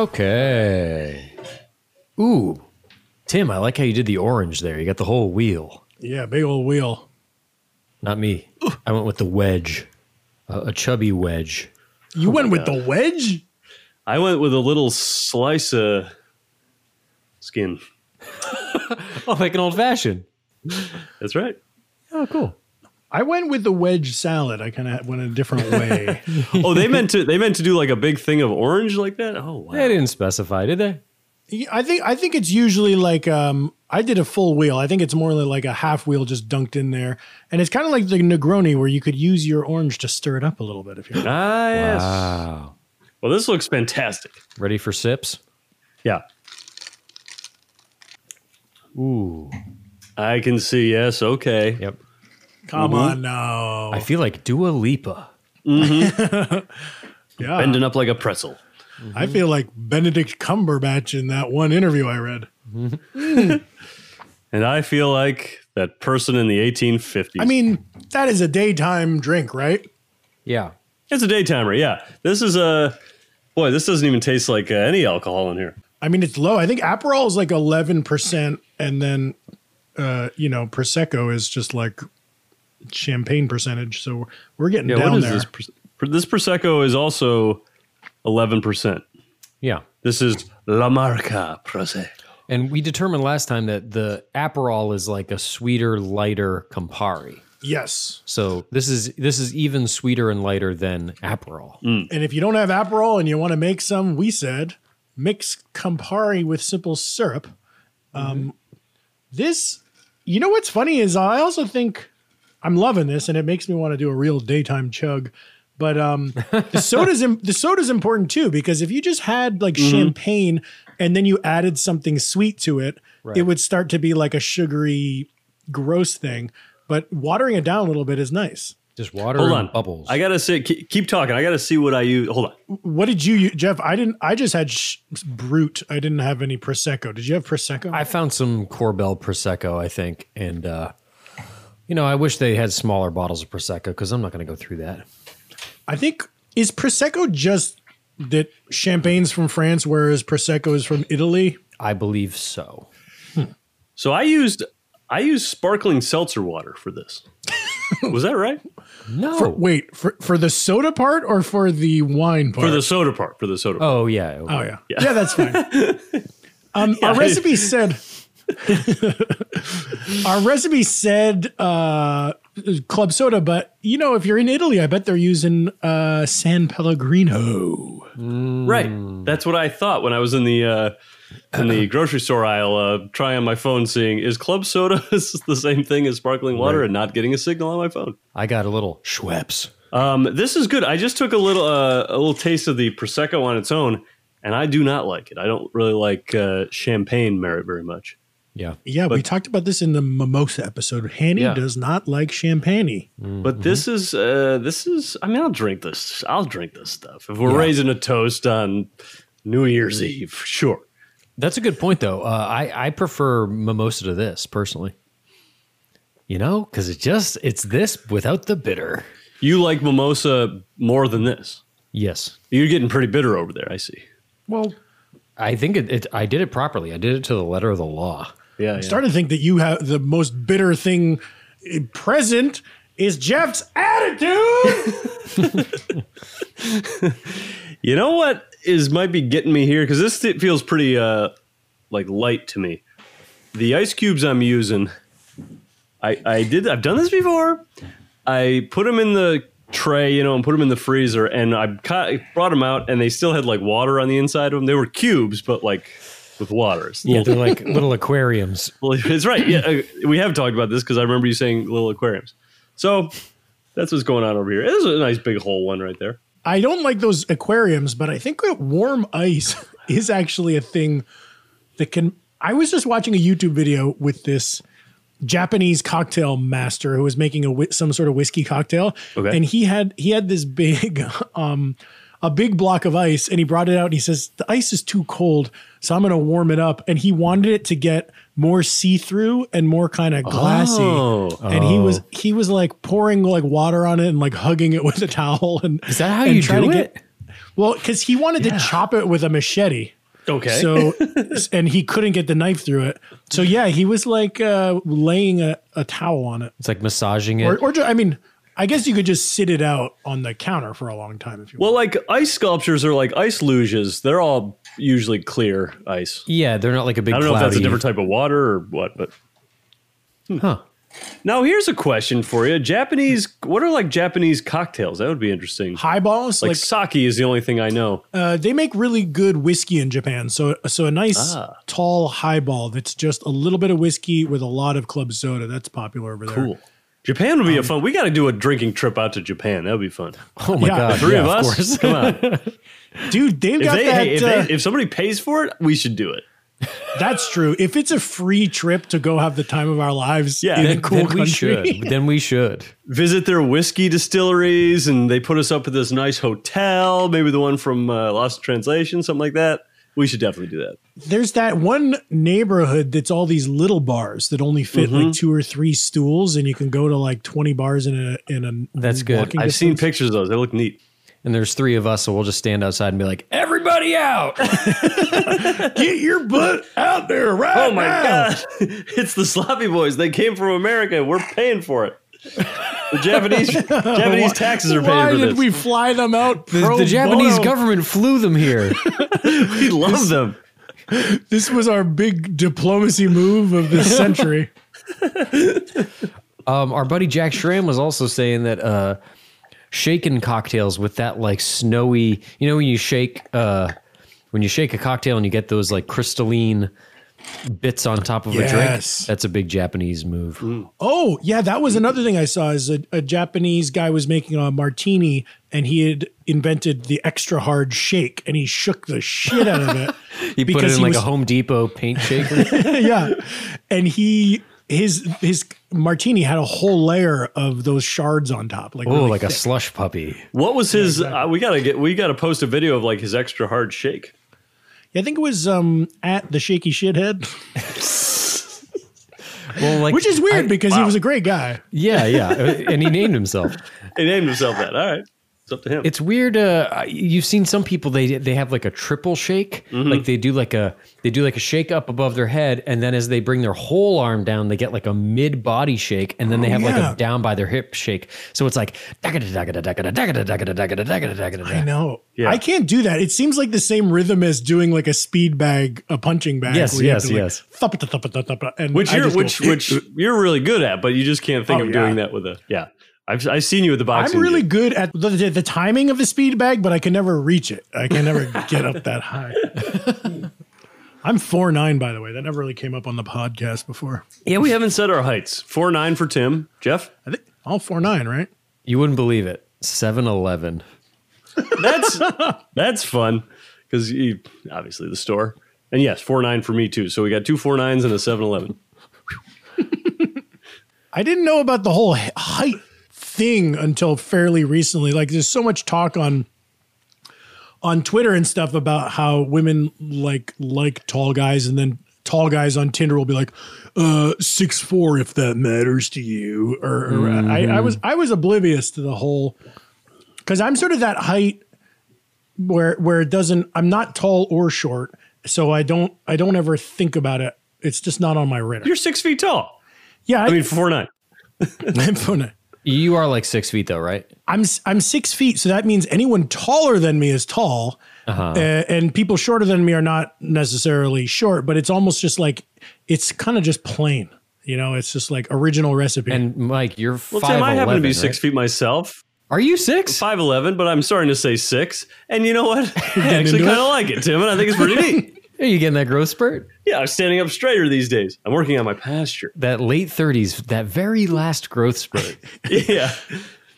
S1: Okay. Ooh, Tim, I like how you did the orange there. You got the whole wheel.
S3: Yeah, big old wheel.
S1: Not me. I went with the wedge, a, a chubby wedge.
S3: You went with the wedge?
S8: I went with a little slice of skin.
S1: Oh, like an old fashioned.
S8: That's right.
S3: Oh, cool. I went with the wedge salad. I kind of went a different way.
S8: Oh, they meant to they meant to do like a big thing of orange like that. Oh wow.
S1: They didn't specify, did they?
S3: Yeah, I think I think it's usually like um, I did a full wheel. I think it's more like a half wheel just dunked in there, and it's kind of like the Negroni where you could use your orange to stir it up a little bit if you're.
S8: Ah yes.
S1: Wow.
S8: Well, this looks fantastic.
S1: Ready for sips?
S8: Yeah.
S1: Ooh.
S8: I can see. Yes. Okay.
S1: Yep.
S3: Come on now,
S1: I feel like Dua Lipa.
S3: yeah.
S8: Bending up like a pretzel.
S3: I feel like Benedict Cumberbatch in that one interview I read.
S8: And I feel like that person in the 1850s.
S3: I mean, that is a daytime drink, right?
S1: Yeah.
S8: it's a daytimer. Yeah. This is a boy. This doesn't even taste like uh, any alcohol in here.
S3: I mean, it's low. I think Aperol is like eleven percent, and then uh, you know Prosecco is just like champagne percentage. So we're getting
S8: Yeah.
S3: down
S8: what is
S3: there.
S8: this? Pros- This prosecco is also 11 percent.
S1: Yeah.
S2: This is La Marca Prosecco.
S1: And we determined last time that the Aperol is like a sweeter, lighter Campari.
S3: Yes.
S1: So this is this is even sweeter and lighter than Aperol.
S2: Mm.
S3: And if you don't have Aperol and you want to make some, we said mix Campari with simple syrup. Um, This, you know what's funny is I also think I'm loving this, and it makes me want to do a real daytime chug. But um, the soda's im- the soda's important too because if you just had like
S9: Mhm.
S3: champagne and then you added something sweet to it, it
S9: Right.
S3: would start to be like a sugary, gross thing. But watering it down a little bit is nice.
S1: Just water
S2: Hold
S1: and
S2: on.
S1: bubbles.
S2: I gotta say, keep, keep talking. I gotta see what I use. Hold on.
S3: What did you, u- Jeff? I didn't. I just had sh- brute. I didn't have any prosecco. Did you have prosecco?
S1: I found some Corbel Prosecco, I think, and uh, you know, I wish they had smaller bottles of Prosecco because I'm not going to go through that.
S3: I think is prosecco just that champagne's from France, whereas prosecco is from Italy.
S1: I believe so.
S2: So I used I used sparkling seltzer water for this. Was that right?
S1: No.
S2: Oh.
S3: For, wait for for the soda part or for the wine part?
S2: For the soda part. For the soda. Part.
S1: Oh yeah.
S3: oh yeah. yeah, that's fine. Um,
S2: Yeah.
S3: Our recipe said. our recipe said uh, club soda, but you know if you're in Italy, I bet they're using uh, San Pellegrino.
S2: Right. That's what I thought when I was in the uh, in the grocery store aisle, uh, trying my phone, seeing is club soda the same thing as sparkling water, and not getting a signal on my phone.
S1: I got a little Schweppes.
S2: Um, this is good. I just took a little uh, a little taste of the prosecco on its own, and I do not like it. I don't really like uh, champagne merit very much.
S1: Yeah.
S3: Yeah, we talked about this in the mimosa episode. Hanny
S2: Yeah.
S3: does not like champagne.
S2: But this is uh, this is. I mean, I'll drink this. I'll drink this stuff if we're
S1: Yeah.
S2: raising a toast on New Year's Eve. Sure.
S1: That's a good point, though. Uh, I I prefer mimosa to this personally. You know, because it just it's this without the bitter.
S2: You like mimosa more than this?
S1: Yes.
S2: You're getting pretty bitter over there. I see.
S1: Well, I think it, it. I did it properly. I did it to the letter of the law.
S2: Yeah.
S3: I'm starting to think that you have the most bitter thing eh, present is Jeff's attitude.
S2: You know what is might be getting me here because this th- feels pretty uh like light to me. The ice cubes I'm using, I I did I've done this before. I put them in the tray, you know, and put them in the freezer, and I ca- brought them out, and they still had like water on the inside of them. They were cubes, but like with water. It's
S1: Yeah, they're like little aquariums.
S2: Well, it's right. Yeah, uh, we have talked about this because I remember you saying little aquariums. So that's what's going on over here. This is a nice big whole one right there.
S3: I don't like those aquariums, but I think that warm ice is actually a thing that can. I was just watching a YouTube video with this Japanese cocktail master who was making a whi- some sort of whiskey cocktail,
S9: Okay.
S3: and he had he had this big um a big block of ice, and he brought it out, and he says the ice is too cold, so I'm going to warm it up, and he wanted it to get more see through and more kind of glassy,
S1: Oh.
S3: and he was
S1: Oh.
S3: he was like pouring like water on it and like hugging it with a towel, and
S1: Is that how
S3: and
S1: you
S3: trying
S1: do
S3: to
S1: it?
S3: Get, well, because he wanted to chop it with a machete.
S2: Okay.
S3: So, and he couldn't get the knife through it. So yeah, he was like uh, laying a, a towel on it,
S1: It's like massaging it.
S3: or, or ju- I mean, I guess you could just sit it out on the counter for a long time if you.
S2: Well, like ice sculptures are like ice luges. They're all usually clear ice.
S1: yeah, they're not like a big.
S2: I don't know if that's a
S1: cloudy-
S2: different type of water or what, but
S1: Huh.
S2: now here's a question for you. Japanese, what are like Japanese cocktails? That would be interesting.
S3: Highballs,
S2: like,
S3: like-
S2: sake is the only thing I know.
S3: Uh, they make really good whiskey in Japan. So, so a nice
S2: Ah.
S3: tall highball that's just a little bit of whiskey with a lot of club soda. That's popular over there.
S2: Cool. Japan would be a fun. We got to do a drinking trip out to Japan. That would be fun.
S1: Oh my
S3: Yeah.
S1: god!
S2: The three
S1: yeah,
S2: of us.
S1: course.
S2: Come on.
S3: dude. They've
S2: If,
S3: got
S2: they,
S3: that.
S2: hey, if,
S3: uh,
S2: they, if somebody pays for it, we should do it.
S3: That's true. If it's a free trip to go have the time of our lives
S2: Yeah.
S3: in
S2: Then-
S3: a cool
S2: then
S3: country,
S2: we should.
S1: then we should.
S2: Visit their whiskey distilleries, and they put us up at this nice hotel. Maybe the one from uh, Lost in Translation, something like that. We should definitely do that.
S3: there's that one neighborhood that's all these little bars that only fit like
S2: Mhm.
S3: two or three stools, and you can go to like 20 bars in a in a
S1: That's good.
S3: walking
S1: I've
S3: distance.
S2: seen pictures of those. They look neat.
S1: And there's three of us, so we'll just stand outside and be like, "Everybody out!
S3: Get your butt out there right
S2: Oh my god! It's the Sloppy Boys. They came from America. We're paying for it. The Japanese Japanese taxes are
S3: Why
S2: paid for
S3: did
S2: this.
S3: we fly them out?
S2: The-
S3: pro
S1: the Japanese
S3: bono?
S1: government flew them here.
S2: we love them.
S3: This was our big diplomacy move of this century.
S1: Um, our buddy Jack Schramm was also saying that uh, shaken cocktails with that like snowy, you know, when you shake uh, when you shake a cocktail and you get those like crystalline bits on top of a drink.
S3: Yes.
S1: That's a big Japanese move.
S3: Oh yeah, that was another thing I saw is a, a Japanese guy was making a martini and he had invented the extra hard shake and he shook the shit out of it.
S1: He put it
S3: because
S1: in
S3: he
S1: like a
S3: was-
S1: Home Depot paint shaker.
S3: yeah. And he his his martini had a whole layer of those shards on top. Like
S1: oh,
S3: really
S1: like a
S3: thick.
S1: slush puppy.
S2: What was his? uh, we gotta get. We gotta post a video of like his extra hard shake.
S3: Yeah, I think it was um at the shaky shithead.
S1: Well, like
S3: Which is weird because he
S2: wow.
S3: was a great guy.
S1: yeah, yeah, and he named himself.
S2: He named himself that. All right, it's up to him.
S1: It's weird. Uh, you've seen some people they they have like a triple shake,
S2: Mm-hmm.
S1: like they do like a they do like a shake up above their head, and then as they bring their whole arm down, they get like a mid body shake, and then they
S3: Oh,
S1: have
S3: yeah.
S1: like a down by their hip shake. So it's like
S3: I
S1: I
S3: know.
S1: Yeah.
S3: I can't do that. It seems like the same rhythm as doing like a speed bag, a punching bag.
S1: Yes,
S3: where you have
S1: yes,
S3: to, like,
S1: yes.
S3: thuppa, thuppa, thuppa, thuppa, and
S2: which
S3: I
S2: you're
S3: just go,
S2: which which you're really good at, but you just can't think
S3: Oh,
S2: of
S3: yeah.
S2: doing that with a. Yeah, I've I've seen you at the boxing.
S3: I'm really good at the, the, the timing of the speed bag, but I can never reach it. I can never get up that high. I'm four nine, by the way. That never really came up on the podcast before.
S2: Yeah, we haven't set our heights. Four nine for Tim. Jeff.
S3: I think all four nine, right?
S1: You wouldn't believe it. Seven Eleven.
S2: That's that's fun because obviously the store. And yes, four nine for me too. So we got two four nines and a seven eleven.
S3: I didn't know about the whole he- height thing until fairly recently. Like, there's so much talk on on Twitter and stuff about how women like like tall guys, and then tall guys on Tinder will be like uh, six four if that matters to you. Or, or I, I was
S2: Mm-hmm.
S3: I was oblivious to the whole because I'm sort of that height where where it doesn't. I'm not tall or short, so I don't I don't ever think about it. It's just not on my radar.
S2: You're six feet tall.
S3: Yeah,
S2: I mean four nine.
S3: I'm from a-
S1: You are like six feet though, right?
S3: I'm s- I'm six feet, so that means anyone taller than me is tall,
S1: Uh-huh.
S3: uh, and people shorter than me are not necessarily short. But it's almost just like it's kind of just plain, you know. It's just like original recipe.
S1: And Mike, you're
S2: Well,
S1: five.
S2: Tim, I happen to be six feet myself.
S1: Are you six?
S2: Five eleven, but I'm starting to say six. And you know what? I actually
S1: into
S2: kind
S1: it?
S2: of like it, Tim, and I think it's pretty neat.
S1: Are you getting that growth spurt?
S2: Yeah, I'm standing up straighter these days. I'm working on my posture.
S1: That late thirties, that very last growth spurt.
S2: Yeah.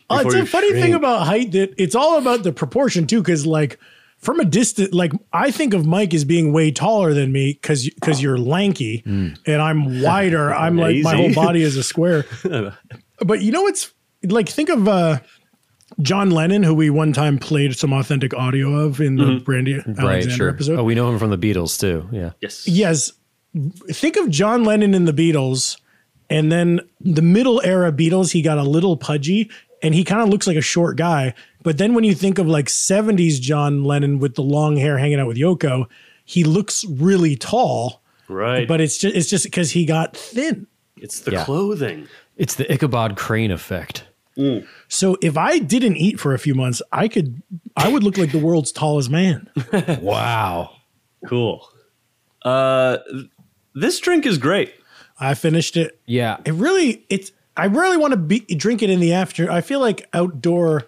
S3: Oh, it's
S2: Before
S3: a
S2: you
S3: funny
S2: shrink.
S3: thing about height that it's all about the proportion too, because like from a distance, like I think of Mike as being way taller than me because because you're lanky and I'm wider. I'm like my whole
S2: Lazy.
S3: body is a square. but you know what's like? Think of uh, John Lennon, who we one time played some authentic audio of in the Brandy Alexander
S1: right, sure.
S3: episode.
S1: Oh, we know him from the Beatles too. Yeah.
S2: Yes.
S3: Yes. Think of John Lennon and the Beatles, and then the middle era Beatles, he got a little pudgy and he kind of looks like a short guy. But then when you think of like 70s John Lennon with the long hair hanging out with Yoko, he looks really tall.
S2: Right.
S3: But it's just it's just because he got thin.
S2: it's the
S1: Yeah.
S2: clothing.
S1: It's the Ichabod Crane effect.
S3: So if I didn't eat for a few months, I could I would look like the world's tallest man.
S1: Wow.
S2: Cool. Uh, th- this drink is great.
S3: I finished it
S1: Yeah.
S3: It really, it's. I really want to be drink it in the after. I feel like outdoor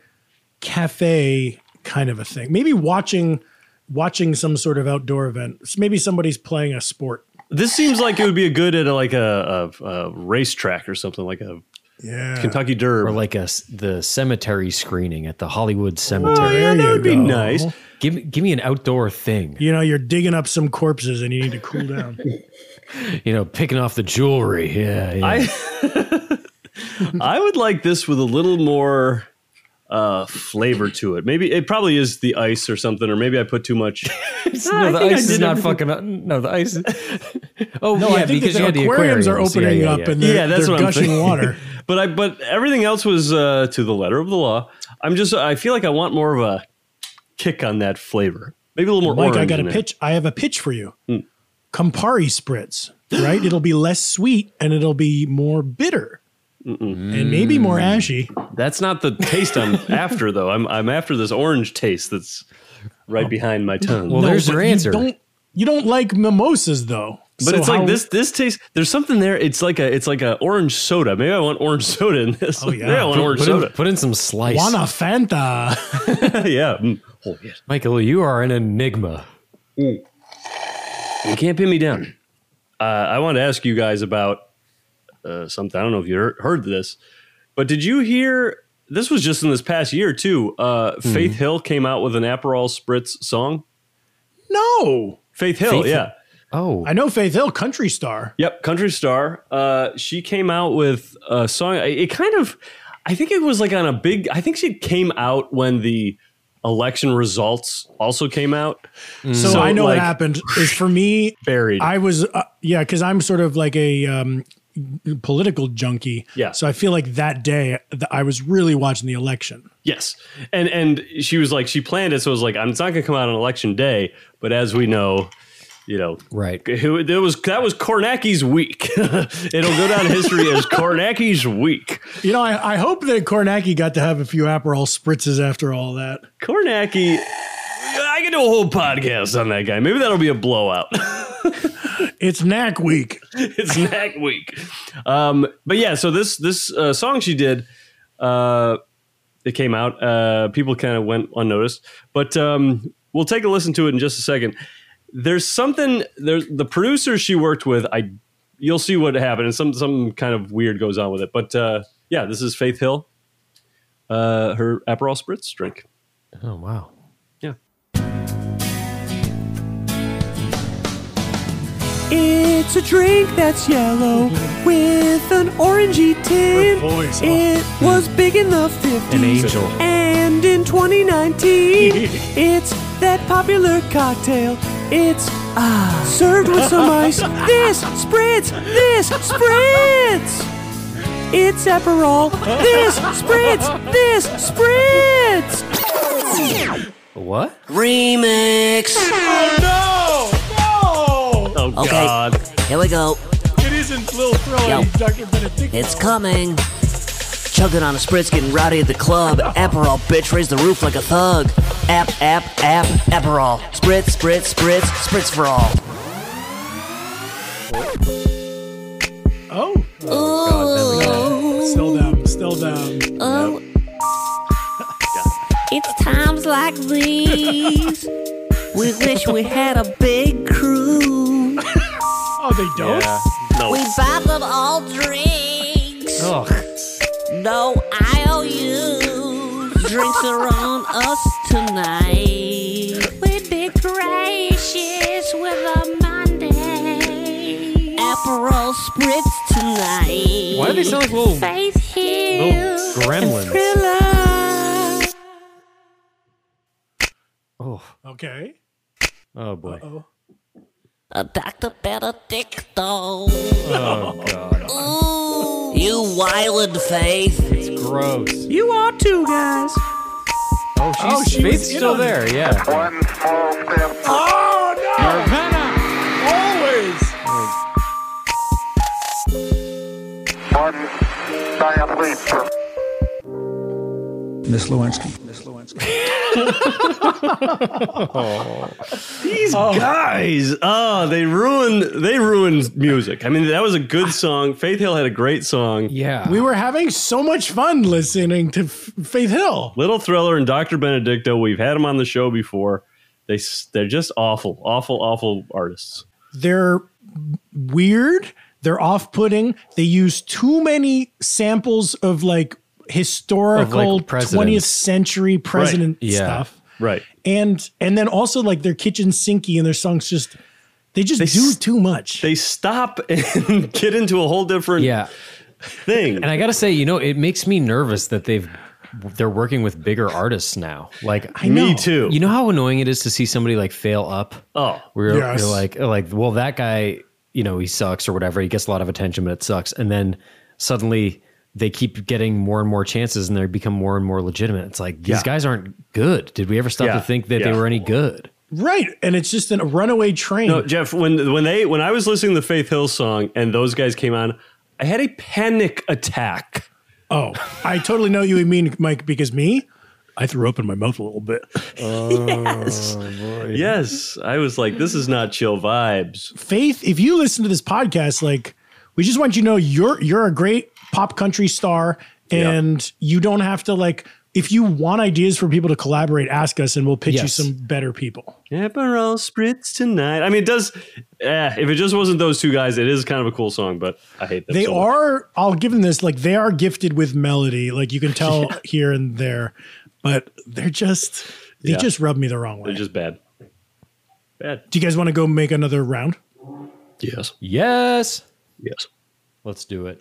S3: cafe kind of a thing. Maybe watching watching some sort of outdoor event. S- Maybe somebody's playing a sport.
S2: This seems like it would be a good at a, like a, a, a racetrack or something like a
S3: Yeah,
S2: Kentucky Derby.
S1: Or like a s- the cemetery screening at the Hollywood Cemetery.
S2: oh, yeah,
S3: There
S2: that
S3: you
S2: would be
S3: go.
S2: nice.
S1: Give me give me an outdoor thing.
S3: You know, you're digging up some corpses and you need to cool down.
S1: You know, picking off the jewelry. Yeah. yeah.
S2: I I would like this with a little more uh flavor to it. Maybe it probably is the ice or something, or maybe I put too much.
S1: no, the
S2: think Ah, I
S1: ice is
S2: did
S1: not
S2: everything.
S1: fucking up. No, the ice. Is, oh,
S3: No,
S1: yeah,
S3: I think
S1: because you
S3: that the
S1: had the
S3: aquariums are
S1: aquariums. Yeah,
S3: opening
S1: yeah,
S3: up
S1: yeah.
S3: and they're,
S2: Yeah, that's
S3: they're
S2: what I'm
S3: gushing
S2: thinking.
S3: water.
S2: but I but everything else was uh to the letter of the law. I'm just I feel like I want more of a kick on that flavor. Maybe a little more
S3: Mike,
S2: orange
S3: I got a
S2: in it.
S3: pitch. I have a pitch for you.
S1: Hmm.
S3: Campari spritz, right? it'll be less sweet and it'll be more bitter. and maybe more ashy.
S2: That's not the taste I'm after, though. I'm I'm after this orange taste that's right behind my tongue.
S3: No, but you Don't, you don't like mimosas though.
S2: But
S3: So
S2: it's like
S3: how-
S2: this. This tastes. There's something there. It's like a. It's like a orange soda. Maybe I want orange soda in this. Oh
S3: yeah.
S2: Maybe I want
S3: Put-
S2: orange
S3: put in-
S2: soda.
S1: put in some slice.
S3: Wanna Fanta.
S2: yeah. Mm.
S1: Michael, you are an enigma.
S2: You can't pin me down. Uh, I want to ask you guys about uh, something. I don't know if you heard- heard this, but did you hear? This was just in this past year too. Uh,
S3: Hmm.
S2: Faith Hill came out with an Aperol Spritz song.
S3: No.
S2: Faith Hill,
S3: Faith-
S2: yeah.
S1: Oh.
S3: I know Faith Hill, country star.
S2: Yep, country star. Uh, she came out with a song. I- It kind of, I think it was like on a big. I think she came out when the election results also came out.
S3: Mm. So, I know
S2: Mm. like,
S3: what happened is for me
S2: buried.
S3: I was uh, yeah, because I'm sort of like a um, political junkie.
S2: Yeah.
S3: So I feel like that day th- I was really watching the election.
S2: Yes, and and she was like she planned it, so it was like I'm it's not going to come out on election day. But as we know, you know,
S1: right?
S2: It was that was Kornacki's week. It'll go down in history as Kornacki's week.
S3: You know, I, I hope that Kornacki got to have a few Aperol spritzes after all that.
S2: Kornacki, I can do a whole podcast on that guy. Maybe that'll be a blowout.
S3: It's knack week.
S2: it's knack week. Um, but yeah, so this this uh, song she did, uh, it came out. Uh, people kind of went unnoticed, but um, we'll take a listen to it in just a second. There's something. There's the producer she worked with. I you'll see what happened. And some some kind of weird goes on with it. But uh, yeah, this is Faith Hill. Uh, her Aperol spritz drink.
S1: Oh wow.
S4: It's a drink that's yellow with an orangey tint.
S3: voice, huh?
S4: It was big in the 50s.
S1: An angel.
S4: And in 2019, it's that popular cocktail. It's ah, served with some ice. This spritz, this spritz. It's Aperol. This spritz, this spritz.
S1: What?
S4: Remix.
S3: Oh
S2: no! Oh
S9: Okay.
S2: God!
S9: Here we go.
S3: It isn't Lil Throw
S9: Yo.
S3: Dr. Benedict.
S9: It's coming. Chugging on a spritz, getting rowdy at the club. Aperol, bitch, raise the roof like a thug. App, app, app, Aperol. Spritz, spritz, spritz, spritz for all.
S3: Oh. Oh, Still down. Still down.
S10: Oh. It's times like these. We wish we had a big crew.
S3: Oh, they don't?
S10: We bought them all drinks. No IOUs. Drinks are on us tonight. We'd be gracious with a Monday. Aperol spritz tonight.
S1: Why do they sound like little-
S10: Faith Hill?
S1: gremlins.
S10: Thriller.
S1: Oh.
S3: Okay.
S1: Oh boy.
S3: oh
S10: A Dr. Benedicto.
S1: Oh god.
S10: You
S9: wildin' faith.
S1: It's gross.
S4: You are too, guys.
S1: Oh, she's
S4: Oh, she
S1: Faith's
S4: was in
S1: still
S4: on it.
S1: there. Yeah.
S4: Oh no!
S3: Always.
S11: Miss Lewinsky.
S2: These guys, oh, they ruined they ruined music. I mean, that was a good song. Faith Hill had a great song.
S1: Yeah.
S3: We were having so much fun listening to F- Faith Hill.
S2: Little Thriller and Dr. Benedicto, we've had them on the show before. They s- they're just awful, awful, awful artists.
S3: They're weird. They're off putting. They use too many samples of like historical
S1: presidents.
S3: 20th century president
S1: Yeah.
S3: stuff.
S2: Right.
S3: And and then also like their kitchen sinky and their songs just they just do too much.
S2: They stop and get into a whole different
S1: yeah.
S2: thing.
S1: And I gotta say, you know, it makes me nervous that they've they're working with bigger artists now. Like
S3: I Me know.
S2: too.
S1: You know how annoying it is to see somebody like fail up.
S2: Oh,
S1: where
S2: Yes.
S1: you're like, like, well, that guy, you know, he sucks or whatever. He gets a lot of attention, but it sucks. And then suddenly they keep getting more and more chances, and they become more and more legitimate. It's like these
S3: Yeah.
S1: guys aren't good. Did we ever stop
S2: Yeah.
S1: to think that
S2: Yeah.
S1: they were any good?
S3: Right. And it's just an- a runaway train.
S2: No, Jeff, when when they when I was listening to the Faith Hill song and those guys came on, I had a panic attack.
S3: Oh, I totally know what you mean, Mike, because me, I threw open my mouth a little bit.
S2: yes. Yes. I was like, this is not chill vibes.
S3: Faith, if you listen to this podcast, like we just want you to know you're you're a great pop country star and you don't have to like if you want ideas for people to collaborate, ask us and we'll pitch
S2: Yes.
S3: you some better people.
S2: Aperol spritz tonight. I mean, it does. Eh, if it just wasn't those two guys, it is kind of a cool song, but I hate them.
S3: They
S2: so much.
S3: are I'll give them this, like they are gifted with melody. Like you can tell here and there, but they're just they
S2: Yeah.
S3: just rub me the wrong way.
S2: They're just bad. Bad.
S3: Do you guys want to go make another round?
S2: Yes.
S1: Yes.
S2: Yes.
S1: Let's do it.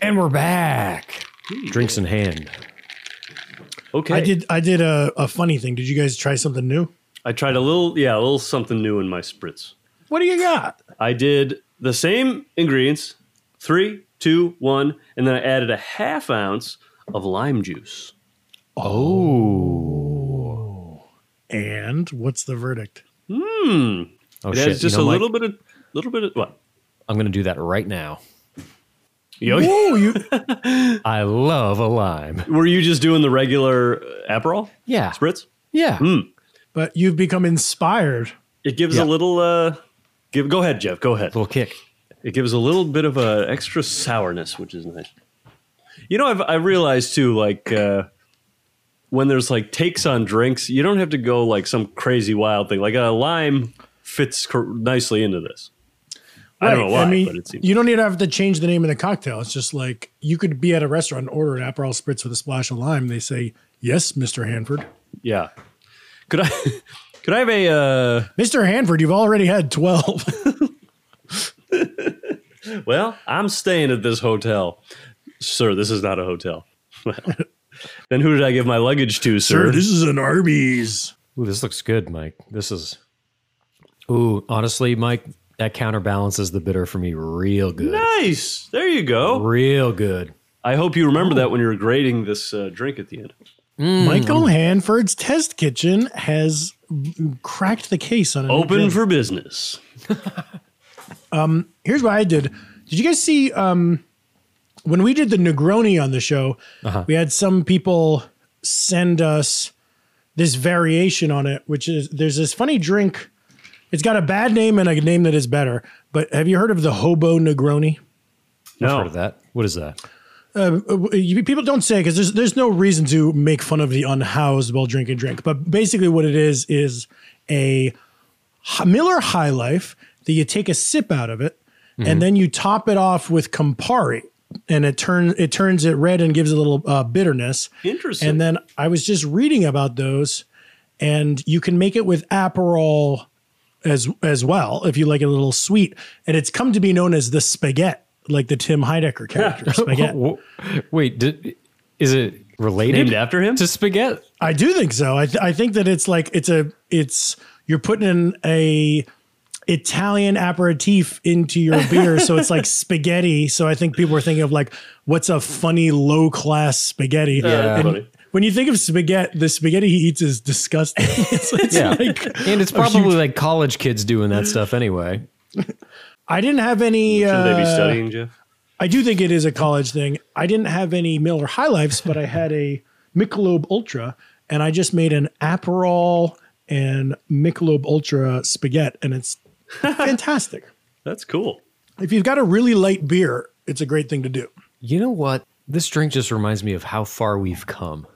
S1: And we're back. Drinks in hand.
S2: Okay.
S3: I did I did a, a funny thing. Did you guys try something new?
S2: I tried a little, yeah, a little something new in my spritz.
S3: What do you got?
S2: I did the same ingredients, three, two, one, and then I added a half ounce of lime juice.
S3: Oh. And what's the verdict?
S2: Hmm.
S1: Oh,
S2: it
S1: shit.
S2: has just
S1: You know,
S2: a
S1: Mike-
S2: little bit of, little bit of what?
S1: I'm going to do that right now.
S2: Yo-
S3: Whoa, you
S1: I love a lime.
S2: Were you just doing the regular uh, Aperol?
S1: Yeah.
S2: Spritz?
S1: Yeah.
S3: But you've become inspired.
S2: It gives
S3: Yeah.
S2: a little, uh, give, go ahead, Jeff, go ahead.
S1: Little kick.
S2: It gives a little bit of a extra sourness, which is nice. You know, I've, I realized too, like, uh, when there's like takes on drinks, you don't have to go like some crazy wild thing. Like a lime fits cor- nicely into this. I don't
S3: Right.
S2: know why,
S3: I mean,
S2: but it seems.
S3: you don't even have to change the name of the cocktail. It's just like you could be at a restaurant and order an Aperol Spritz with a splash of lime. They say, Yes, Mr. Hanford.
S2: Yeah. Could I could I have a uh
S3: Mr. Hanford, you've already had 12.
S2: well, I'm staying at this hotel. Sir, this is not a hotel. then who did I give my luggage to, sir?
S3: is an Arby's.
S1: Ooh, this looks good, Mike. This is. Ooh, honestly, Mike, that counterbalances the bitter for me real good.
S2: nice. There you go.
S1: Real good.
S2: I hope you remember that when you're grading this uh, drink at the end.
S3: Michael Hanford's Test Kitchen has cracked the case on an
S2: Open for business.
S3: Um, here's what I did. Did you guys see um, when we did the Negroni on the show?
S1: Uh-huh.
S3: We had some people send us this variation on it, which is there's this funny drink. It's got a bad name and a name that is better. But have you heard of the hobo Negroni?
S1: No. Heard of that? What is that?
S3: Uh, uh, you, people don't say because there's there's no reason to make fun of the unhoused while drinking drink. But basically, what it is is a Hi- Miller High Life that you take a sip out of it,
S12: Mhm.
S3: and then you top it off with Campari, and it turns it turns it red and gives it a little uh, bitterness.
S2: Interesting.
S3: And then I was just reading about those, and you can make it with Aperol as as well if you like it a little sweet. And it's come to be known as the spaghetti, like the Tim Heidecker character, spaghetti.
S1: Oh, Wait, did, is it related?
S3: Named
S1: after him? To spaghetti?
S3: I do think so. I, th- I think that it's like it's a it's you're putting in a Italian aperitif into your beer, so it's like spaghetti. So I think people are thinking of like what's a funny low class spaghetti.
S1: Yeah, that's
S3: And
S1: funny.
S3: When you think of spaghetti, the spaghetti he eats is disgusting. It's- it's
S1: yeah.
S3: like
S1: and it's
S3: a huge-
S1: probably like college kids doing that stuff anyway.
S3: I didn't have any.
S1: Shouldn't they be
S3: uh,
S1: studying,
S2: Jeff?
S3: I do think it is a college thing. I didn't have any Miller High Lifes, but I had a Michelob Ultra, and I just made an Aperol and Michelob Ultra spaghetti, and it's fantastic.
S2: That's cool.
S3: If you've got a really light beer, it's a great thing to do.
S1: You know what? This drink just reminds me of how far we've come.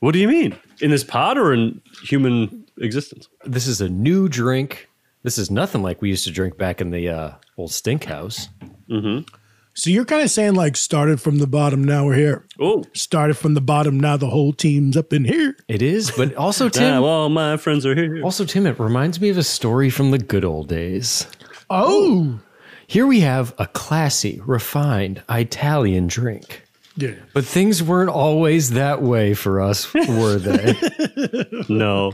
S2: What do you mean? In this pod or in human existence?
S1: This is a new drink. This is nothing like we used to drink back in the uh, old stink house. Mm-hmm.
S3: So you're kind of saying like started from the bottom, now we're here.
S2: Oh,
S3: started from the bottom, now the whole team's up in here.
S1: It is, but also Tim.
S2: Ah, well, my friends are here.
S1: Also, Tim, it reminds me of a story from the good old days.
S3: Oh,
S1: Here we have a classy, refined Italian drink.
S3: yeah.
S1: But things weren't always that way for us, were they?
S2: no.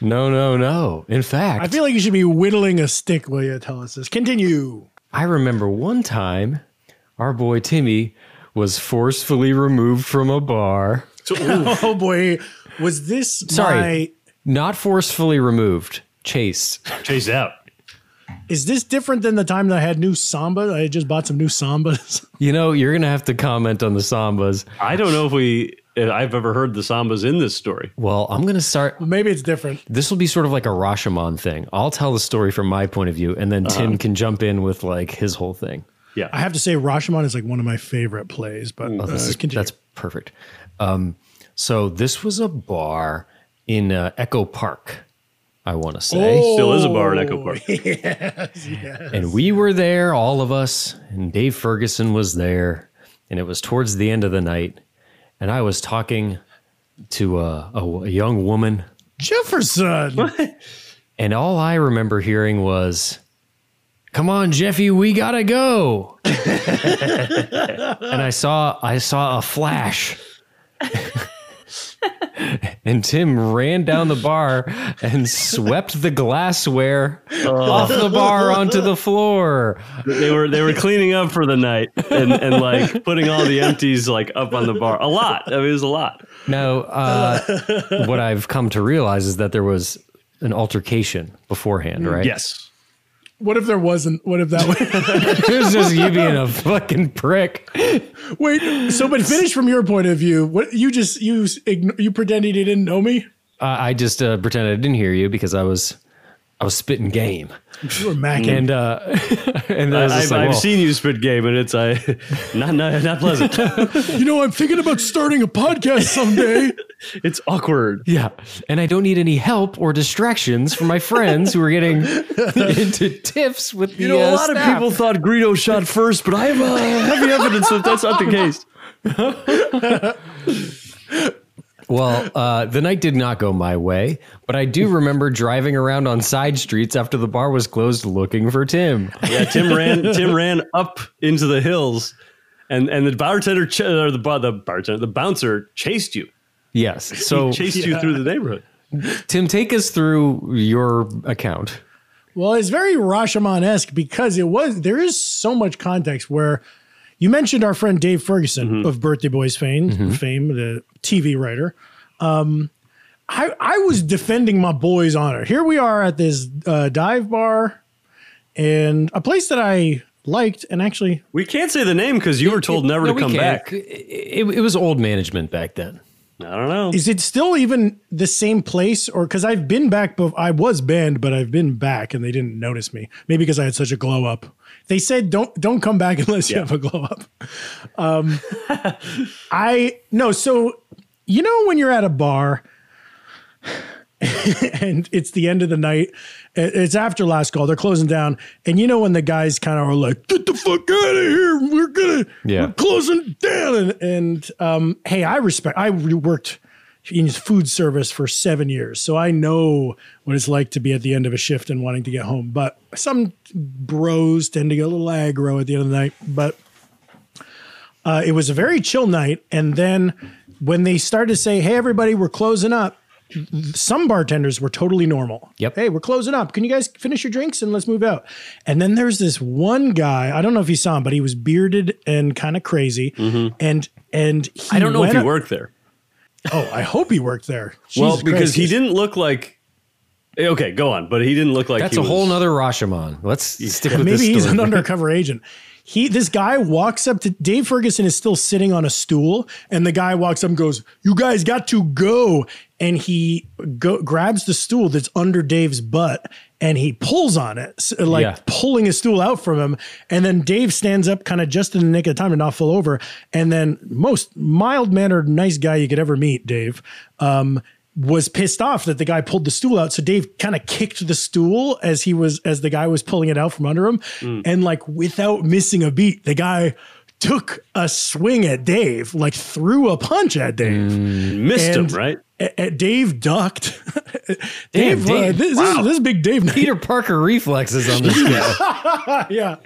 S1: No, no, no. In fact,
S3: I feel like you should be whittling a stick while you tell us this. Continue.
S1: I remember one time our boy Timmy was forcefully removed from a bar.
S3: oh boy, was this
S1: Sorry, not forcefully removed, chased.
S2: Chased out.
S3: my? Is this different than the time that I had new samba? I had just bought some new sambas.
S1: You know, you're going to have to comment on the Sambas.
S2: I don't know if we if I've ever heard the sambas in this story.
S1: Well, I'm going to start.
S3: Maybe it's different.
S1: This will be sort of like a Rashomon thing. I'll tell the story from my point of view, and then Tim
S3: Uh-huh.
S1: can jump in with like his whole thing.
S2: Yeah,
S3: I have to say Rashomon is like one of my favorite plays. But
S1: Oh,
S3: uh,
S1: this is,
S3: continue.
S1: that's perfect. Um, so this was a bar in uh, Echo Park, I want to say.
S2: Still is a bar in Echo Park.
S1: And we were there, all of us, and Dave Ferguson was there, and it was towards the end of the night, and I was talking to uh, a, a, a young woman,
S3: Jefferson.
S1: and all I remember hearing was, "Come on, Jeffy, we gotta go." and I saw I saw a flash. and Tim ran down the bar and swept the glassware off the bar onto the floor.
S2: They were they were cleaning up for the night and, and like putting all the empties like up on the bar. A lot. I mean, it was a lot.
S1: Now, uh, what I've come to realize is that there was an altercation beforehand, right?
S2: Yes.
S3: What if there wasn't? What if that was?
S1: it was just you being a fucking prick.
S3: Wait. So, but finish from your point of view. What you just you s- ign- you pretended you didn't know me.
S1: Uh, I just uh, pretended I didn't hear you because I was, I was spitting game.
S3: You were macking.
S1: And uh, and I
S2: I,
S1: was just
S2: have
S1: like,
S2: I've
S1: well-
S2: seen you spit game, and it's I not not, not pleasant.
S1: Mm.
S3: you know, I'm thinking about starting a podcast someday.
S2: it's awkward.
S1: Yeah, and I don't need any help or distractions from my friends who are getting into tiffs with the.
S2: You know, a
S1: uh,
S2: lot of
S1: staff.
S2: people thought Greedo shot first, but I have uh, heavy evidence that that's not the case.
S1: Well, uh, the night did not go my way, but I do remember driving around on side streets after the bar was closed, looking for Tim.
S2: Yeah, Tim ran. Tim ran up into the hills, and and the bartender ch- or the bar- the bartender the bouncer chased you.
S1: Yes, so
S2: he chased you through the neighborhood.
S1: Tim, take us through your account.
S3: Well, it's very Rashomon esque because it was there is so much context where you mentioned our friend Dave Ferguson of Birthday Boys fame, fame, the TV writer. Um, I I was defending my boy's honor. Here we are at this uh, dive bar, and a place that I liked, and actually
S2: We can't say the name because you were told never
S1: no,
S2: to
S1: we
S2: come
S1: can't.
S2: back.
S1: It, it was old management back then.
S2: I don't know.
S3: Is it still even the same place? Or because I've been back, bef- I was banned, but I've been back and they didn't notice me. Maybe because I had such a glow up. They said don't don't come back unless you have a glow up. Um, I no. So you know when you're at a bar and it's the end of the night. it- It's after last call. They're closing down, and you know when the guys kind of are like, "Get the fuck out of here! We're gonna
S1: Yeah.
S3: we're closing down." And, and um, hey, I respect. I re- worked in food service for seven years, so I know what it's like to be at the end of a shift and wanting to get home. But some bros tend to get a little aggro at the end of the night. But uh, it was a very chill night, and then when they started to say, "Hey, everybody, we're closing up," some bartenders were totally normal. Yep. Hey, we're closing up. Can you guys finish your drinks and let's move out? And then there's this one guy. I don't know if you saw him, but he was bearded and kind of crazy.
S2: Mhm.
S3: And and he
S2: I don't know if
S3: went
S2: he
S3: up-
S2: worked there.
S3: Oh, I hope he worked there.
S2: well,
S3: Jesus
S2: because
S3: Christ.
S2: he didn't look like. eh, Okay, go on. But he didn't look like
S1: That's
S2: he
S1: a whole
S2: was-
S1: nother Rashomon. Let's stick with
S3: Maybe
S1: this
S3: he's
S1: story.
S3: an undercover agent. He this guy walks up to Dave Ferguson is still sitting on a stool, and the guy walks up and goes, "You guys got to go." And he go, grabs the stool that's under Dave's butt and he pulls on it, s- like
S1: Yeah.
S3: pulling his stool out from him. And then Dave stands up, kind of just in the nick of time to not fall over. And then most mild mannered, nice guy you could ever meet, Dave. Um, was pissed off that the guy pulled the stool out. So Dave kind of kicked the stool as he was as the guy was pulling it out from under him.
S2: Mm.
S3: And like without missing a beat, the guy took a swing at Dave, like threw a punch at Dave.
S1: Mm.
S2: Missed him, right?
S3: a- a- Dave ducked.
S1: Damn,
S3: Dave,
S1: Dave.
S3: uh, this, this
S1: Wow.
S3: is, this is big Dave.
S1: Peter Parker reflexes on this guy.
S3: yeah.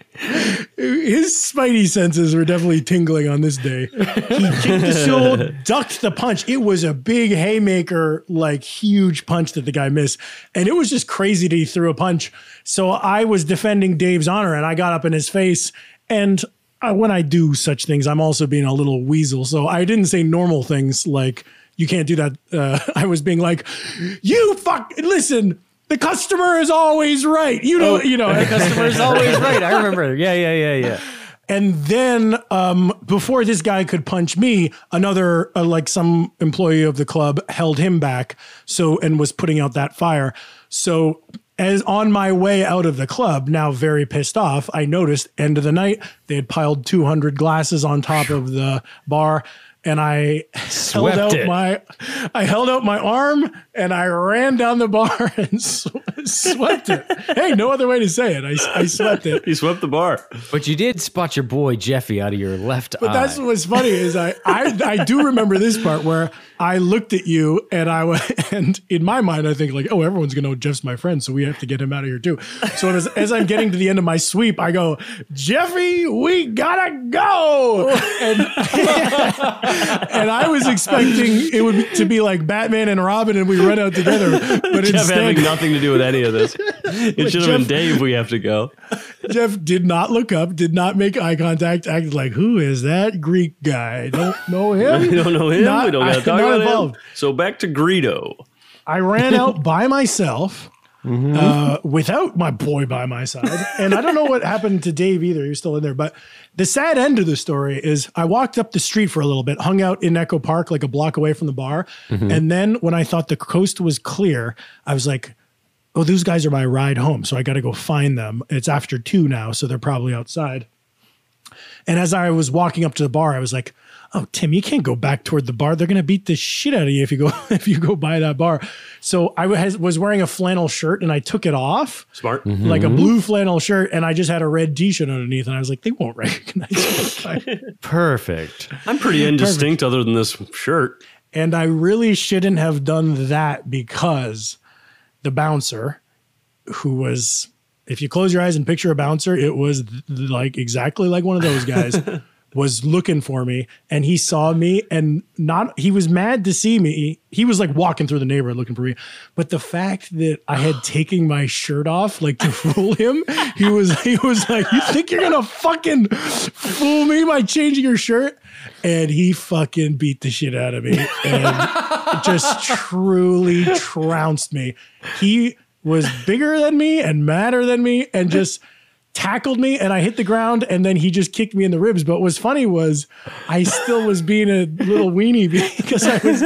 S3: His spidey senses were definitely tingling on this day. He kicked the stool, ducked the punch. It was a big haymaker, like huge punch that the guy missed. And it was just crazy that he threw a punch. So I was defending Dave's honor and I got up in his face. And I, when I do such things, I'm also being a little weasel. So I didn't say normal things like, you can't do that. Uh, I was being like, you fuck, listen. The customer is always right. You know,
S1: Oh,
S3: you know,
S1: the customer's always right. I remember. Yeah, yeah, yeah, yeah.
S3: and then um, before this guy could punch me, another uh, like some employee of the club held him back. So and was putting out that fire. So as on my way out of the club, now very pissed off, I noticed end of the night they had piled 200 glasses on top of the bar. And I
S1: Swept
S3: held out
S1: it.
S3: my, I held out my arm and I ran down the bar and sw- swept it. hey, no other way to say it. I, I swept it.
S2: He swept the bar.
S1: But you did spot your boy Jeffy out of your left
S3: But
S1: eye.
S3: that's what was funny is I, I I do remember this part where I looked at you and I wa- and in my mind I think like oh everyone's gonna know Jeff's my friend so we have to get him out of here too. So as, as I'm getting to the end of my sweep I go Jeffy we gotta go and and I was expecting it would to be like Batman and Robin and we run out together but
S2: Jeff
S3: instead
S2: having nothing to do with any of this. It should have been
S3: Jeff-
S2: Dave. We have to go.
S3: Jeff did not look up did not make eye contact acted like who is that Greek guy don't know him
S2: we don't know him.
S3: Not-
S2: we don't got to
S3: I'm
S2: talk
S3: not
S2: about
S3: involved.
S2: him. So back to Greedo.
S3: I ran out by myself uh, without my boy by my side. And I don't know what happened to Dave either. He was still in there. But the sad end of the story is I walked up the street for a little bit, hung out in Echo Park, like a block away from the bar.
S1: Mhm.
S3: And then when I thought the coast was clear, I was like, oh, those guys are my ride home. So I got to go find them. It's after two now. So they're probably outside. And as I was walking up to the bar, I was like, "Oh, Tim, you can't go back toward the bar. They're gonna beat the shit out of you if you go if you go by that bar." So I was was wearing a flannel shirt and I took it off,
S2: Smart.
S3: like a blue flannel shirt, and I just had a red T-shirt underneath, and I was like, "They won't recognize me."
S1: Perfect.
S2: I'm pretty indistinct other than this shirt.
S3: and I really shouldn't have done that because the bouncer, who was, if you close your eyes and picture a bouncer, it was th- like exactly like one of those guys. was looking for me and he saw me and not he was mad to see me he was like walking through the neighborhood looking for me but the fact that i had taken my shirt off like to fool him he was he was like you think you're gonna fucking fool me by changing your shirt and he fucking beat the shit out of me and just truly trounced me he was bigger than me and madder than me and just tackled me and I hit the ground and then he just kicked me in the ribs. But what's funny was I still was being a little weenie because I was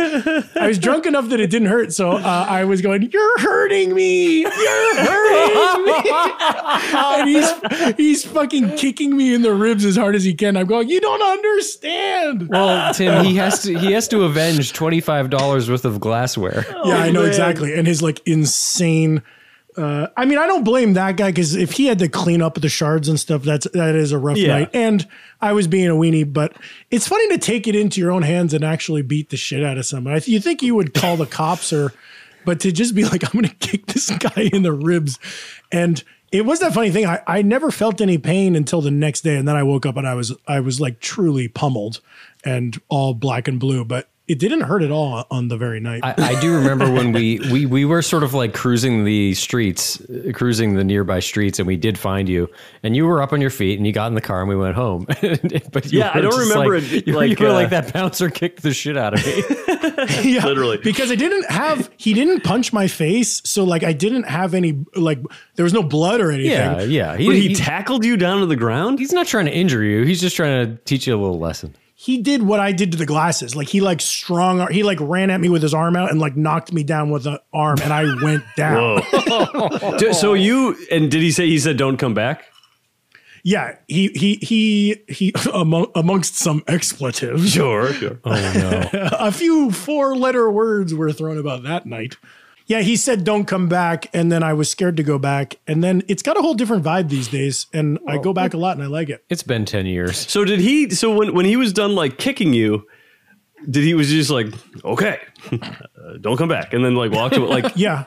S3: I was drunk enough that it didn't hurt. So uh, I was going, "You're hurting me! You're hurting me!" and he's he's fucking kicking me in the ribs as hard as he can. I'm going, "You don't understand."
S1: Well, Tim, he has to he has to avenge twenty five dollars worth of glassware.
S3: yeah, I know exactly. And his like insane Uh, I mean, I don't blame that guy because if he had to clean up the shards and stuff, that's that is a rough
S2: Yeah.
S3: night. And I was being a weenie, but it's funny to take it into your own hands and actually beat the shit out of somebody. You think you would call the cops or, but to just be like, I'm going to kick this guy in the ribs, and it was that funny thing. I, I never felt any pain until the next day, and then I woke up and I was I was like truly pummeled and all black and blue, but it didn't hurt at all on the very night.
S1: I, I do remember when we, we we were sort of like cruising the streets, uh, cruising the nearby streets, and we did find you, and you were up on your feet, and you got in the car, and we went home. but you
S2: Yeah, I
S1: were
S2: don't
S1: just
S2: remember
S1: like,
S2: it,
S1: you,
S2: like,
S1: you were
S2: uh,
S1: like that bouncer kicked the shit out of me.
S2: Literally.
S3: because I didn't have he didn't punch my face, so like I didn't have any like there was no blood or anything.
S1: Yeah, yeah.
S3: But he,
S1: tackled you down to the ground. He's not trying to injure you. He's just trying to teach you a little lesson.
S3: he did what I did to the glasses. Like he like strong he like ran at me with his arm out and like knocked me down with an arm and I went down.
S2: Whoa. D- so you and did he say he said don't come back?
S3: Yeah, he he he he among, amongst some expletives.
S2: Sure, sure.
S1: Oh
S3: a few four letter words were thrown about that night. Yeah, he said don't come back and then I was scared to go back and then it's got a whole different vibe these days and I go back a lot and I like it.
S1: It's been ten years.
S2: So did he? So when when he was done like kicking you, did he was he just like okay, uh, don't come back, and then like walked away? Like
S3: yeah,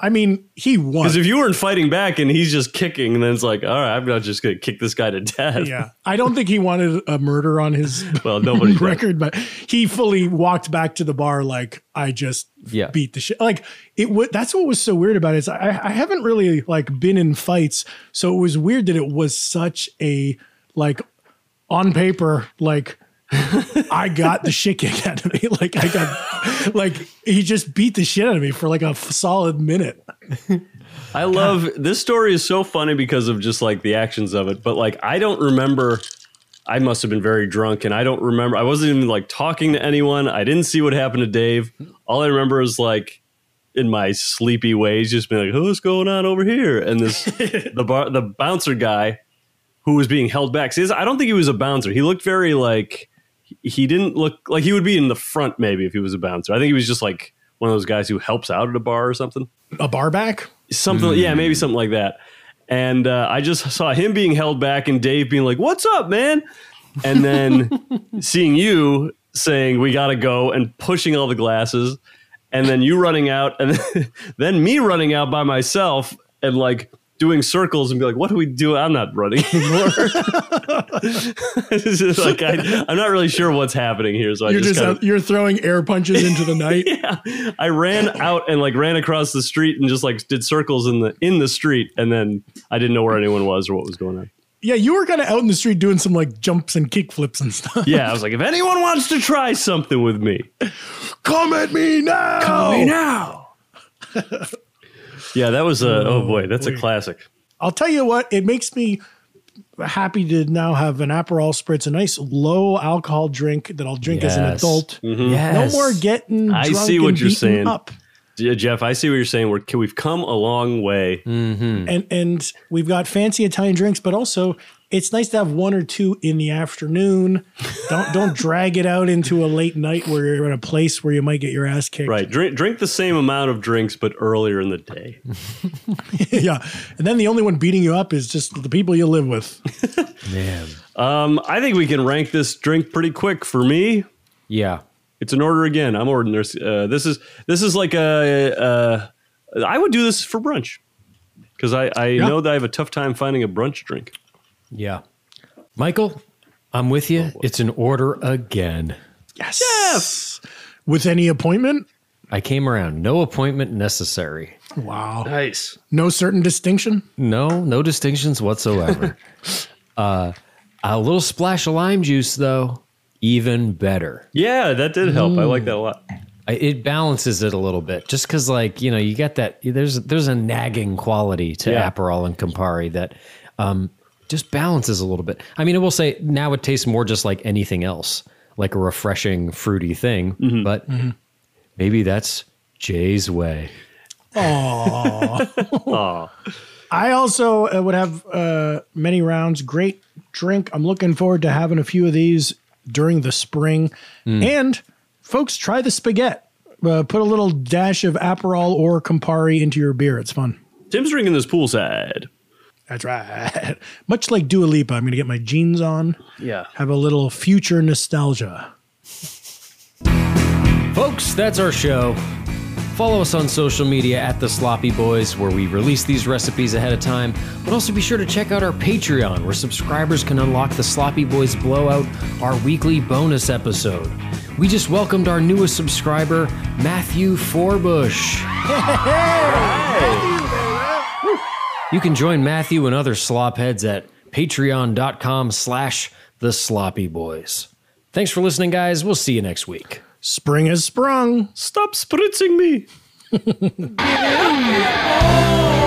S3: I mean he won.
S2: because if you weren't fighting back and he's just kicking, and then it's like all right, I'm not just gonna kick this guy to death.
S3: Yeah, I don't think he wanted a murder on his
S2: Well, nobody did.
S3: record, but he fully walked back to the bar like I just
S2: Yeah.
S3: beat the shit. Like it. W- that's what was so weird about it. Is I, I haven't really like been in fights, so it was weird that it was such a like on paper like. I got the shit kicked out of me. Like I got, like he just beat the shit out of me for like a f- solid minute.
S2: I love this story is so funny because of just like the actions of it, but like I don't remember. I must have been very drunk, and I don't remember. I wasn't even like talking to anyone. I didn't see what happened to Dave. All I remember is like in my sleepy ways, just being like, "Who's going on over here?" And this the bar, the bouncer guy who was being held back. See, this- I don't think he was a bouncer. He looked very like he didn't look like he would be in the front maybe if he was a bouncer. I think he was just like one of those guys who helps out at a bar or something
S3: A bar back.
S2: something yeah maybe
S3: Mm.
S2: something like that and uh, i just saw him being held back and dave being like what's up man and then seeing you saying we gotta go and pushing all the glasses and then you running out and then me running out by myself and like doing circles and be like what do we do i'm not running anymore It's just like I, i'm not really sure what's happening here so i
S3: you're
S2: just,
S3: just,
S2: kind
S3: out- you're throwing air punches into the night.
S2: I ran out and like ran across the street and just like did circles in the in the street and then I didn't know where anyone was or what was going on.
S3: Yeah, you were kind of out in the street doing some like jumps and kick flips and stuff.
S2: Yeah, I was like, if anyone wants to try something with me,
S3: Come at me now.
S2: Come at me
S3: now.
S2: yeah, that was a oh boy, that's a classic.
S3: I'll tell you what, it makes me happy to now have an Aperol spritz, a nice low alcohol drink that I'll drink as an
S2: Yes.
S3: adult.
S1: Mm-hmm.
S2: Mhm.
S3: No
S2: Yes.
S3: more getting
S2: I
S3: drunk
S2: see
S3: and
S2: what you're
S3: beaten
S2: saying.
S3: Up.
S2: Yeah, Jeff, I see what you're saying. We're we've come a long way. Mm-hmm.
S3: And and we've got fancy Italian drinks, but also it's nice to have one or two in the afternoon. Don't don't drag it out into a late night where you're in a place where you might get your ass kicked.
S2: right, drink drink the same amount of drinks but earlier in the day.
S3: yeah. And then the only one beating you up is just the people you live with.
S2: Man, um, I think we can rank this drink pretty quick for me.
S1: Yeah,
S2: it's an order again. I'm ordering this. Uh, this is this is like a. Uh, I would do this for brunch because I I
S1: Yeah.
S2: know that I have a tough time finding a brunch drink.
S1: Yeah, Michael, I'm with
S2: Oh,
S1: you. it's an order again.
S3: Yes. Yes. With any appointment?
S1: I came around. No appointment necessary.
S3: Wow.
S2: Nice.
S3: No certain distinction?
S1: No, no distinctions whatsoever. uh, a little splash of lime juice, though, even better.
S2: Yeah, that did help. I like that a lot.
S1: It balances it a little bit, just because, like you know, you got that. There's there's a nagging quality to
S2: Yeah.
S1: Aperol and Campari that um, just balances a little bit. I mean, I will say now it tastes more just like anything else, like a refreshing fruity thing. But maybe that's Jay's way.
S3: Oh. I also uh, would have uh, many rounds. Great drink. I'm looking forward to having a few of these during the spring. And folks, try the spaghetti. Uh, put a little dash of Aperol or Campari into your beer. It's fun.
S2: Tim's drinking this poolside.
S3: That's right. Much like Dua Lipa, I'm going to get my jeans on.
S2: Yeah.
S3: Have a little future nostalgia.
S1: Folks, that's our show. Follow us on social media at The Sloppy Boys, where we release these recipes ahead of time. But also be sure to check out our Patreon, where subscribers can unlock The Sloppy Boys Blowout, our weekly bonus episode. We just welcomed our newest subscriber, Matthew Forbush. You can join Matthew and other slopheads at patreon.com slash the sloppy boys. Thanks for listening, guys. We'll see you next week.
S3: Spring has sprung.
S2: Stop spritzing me.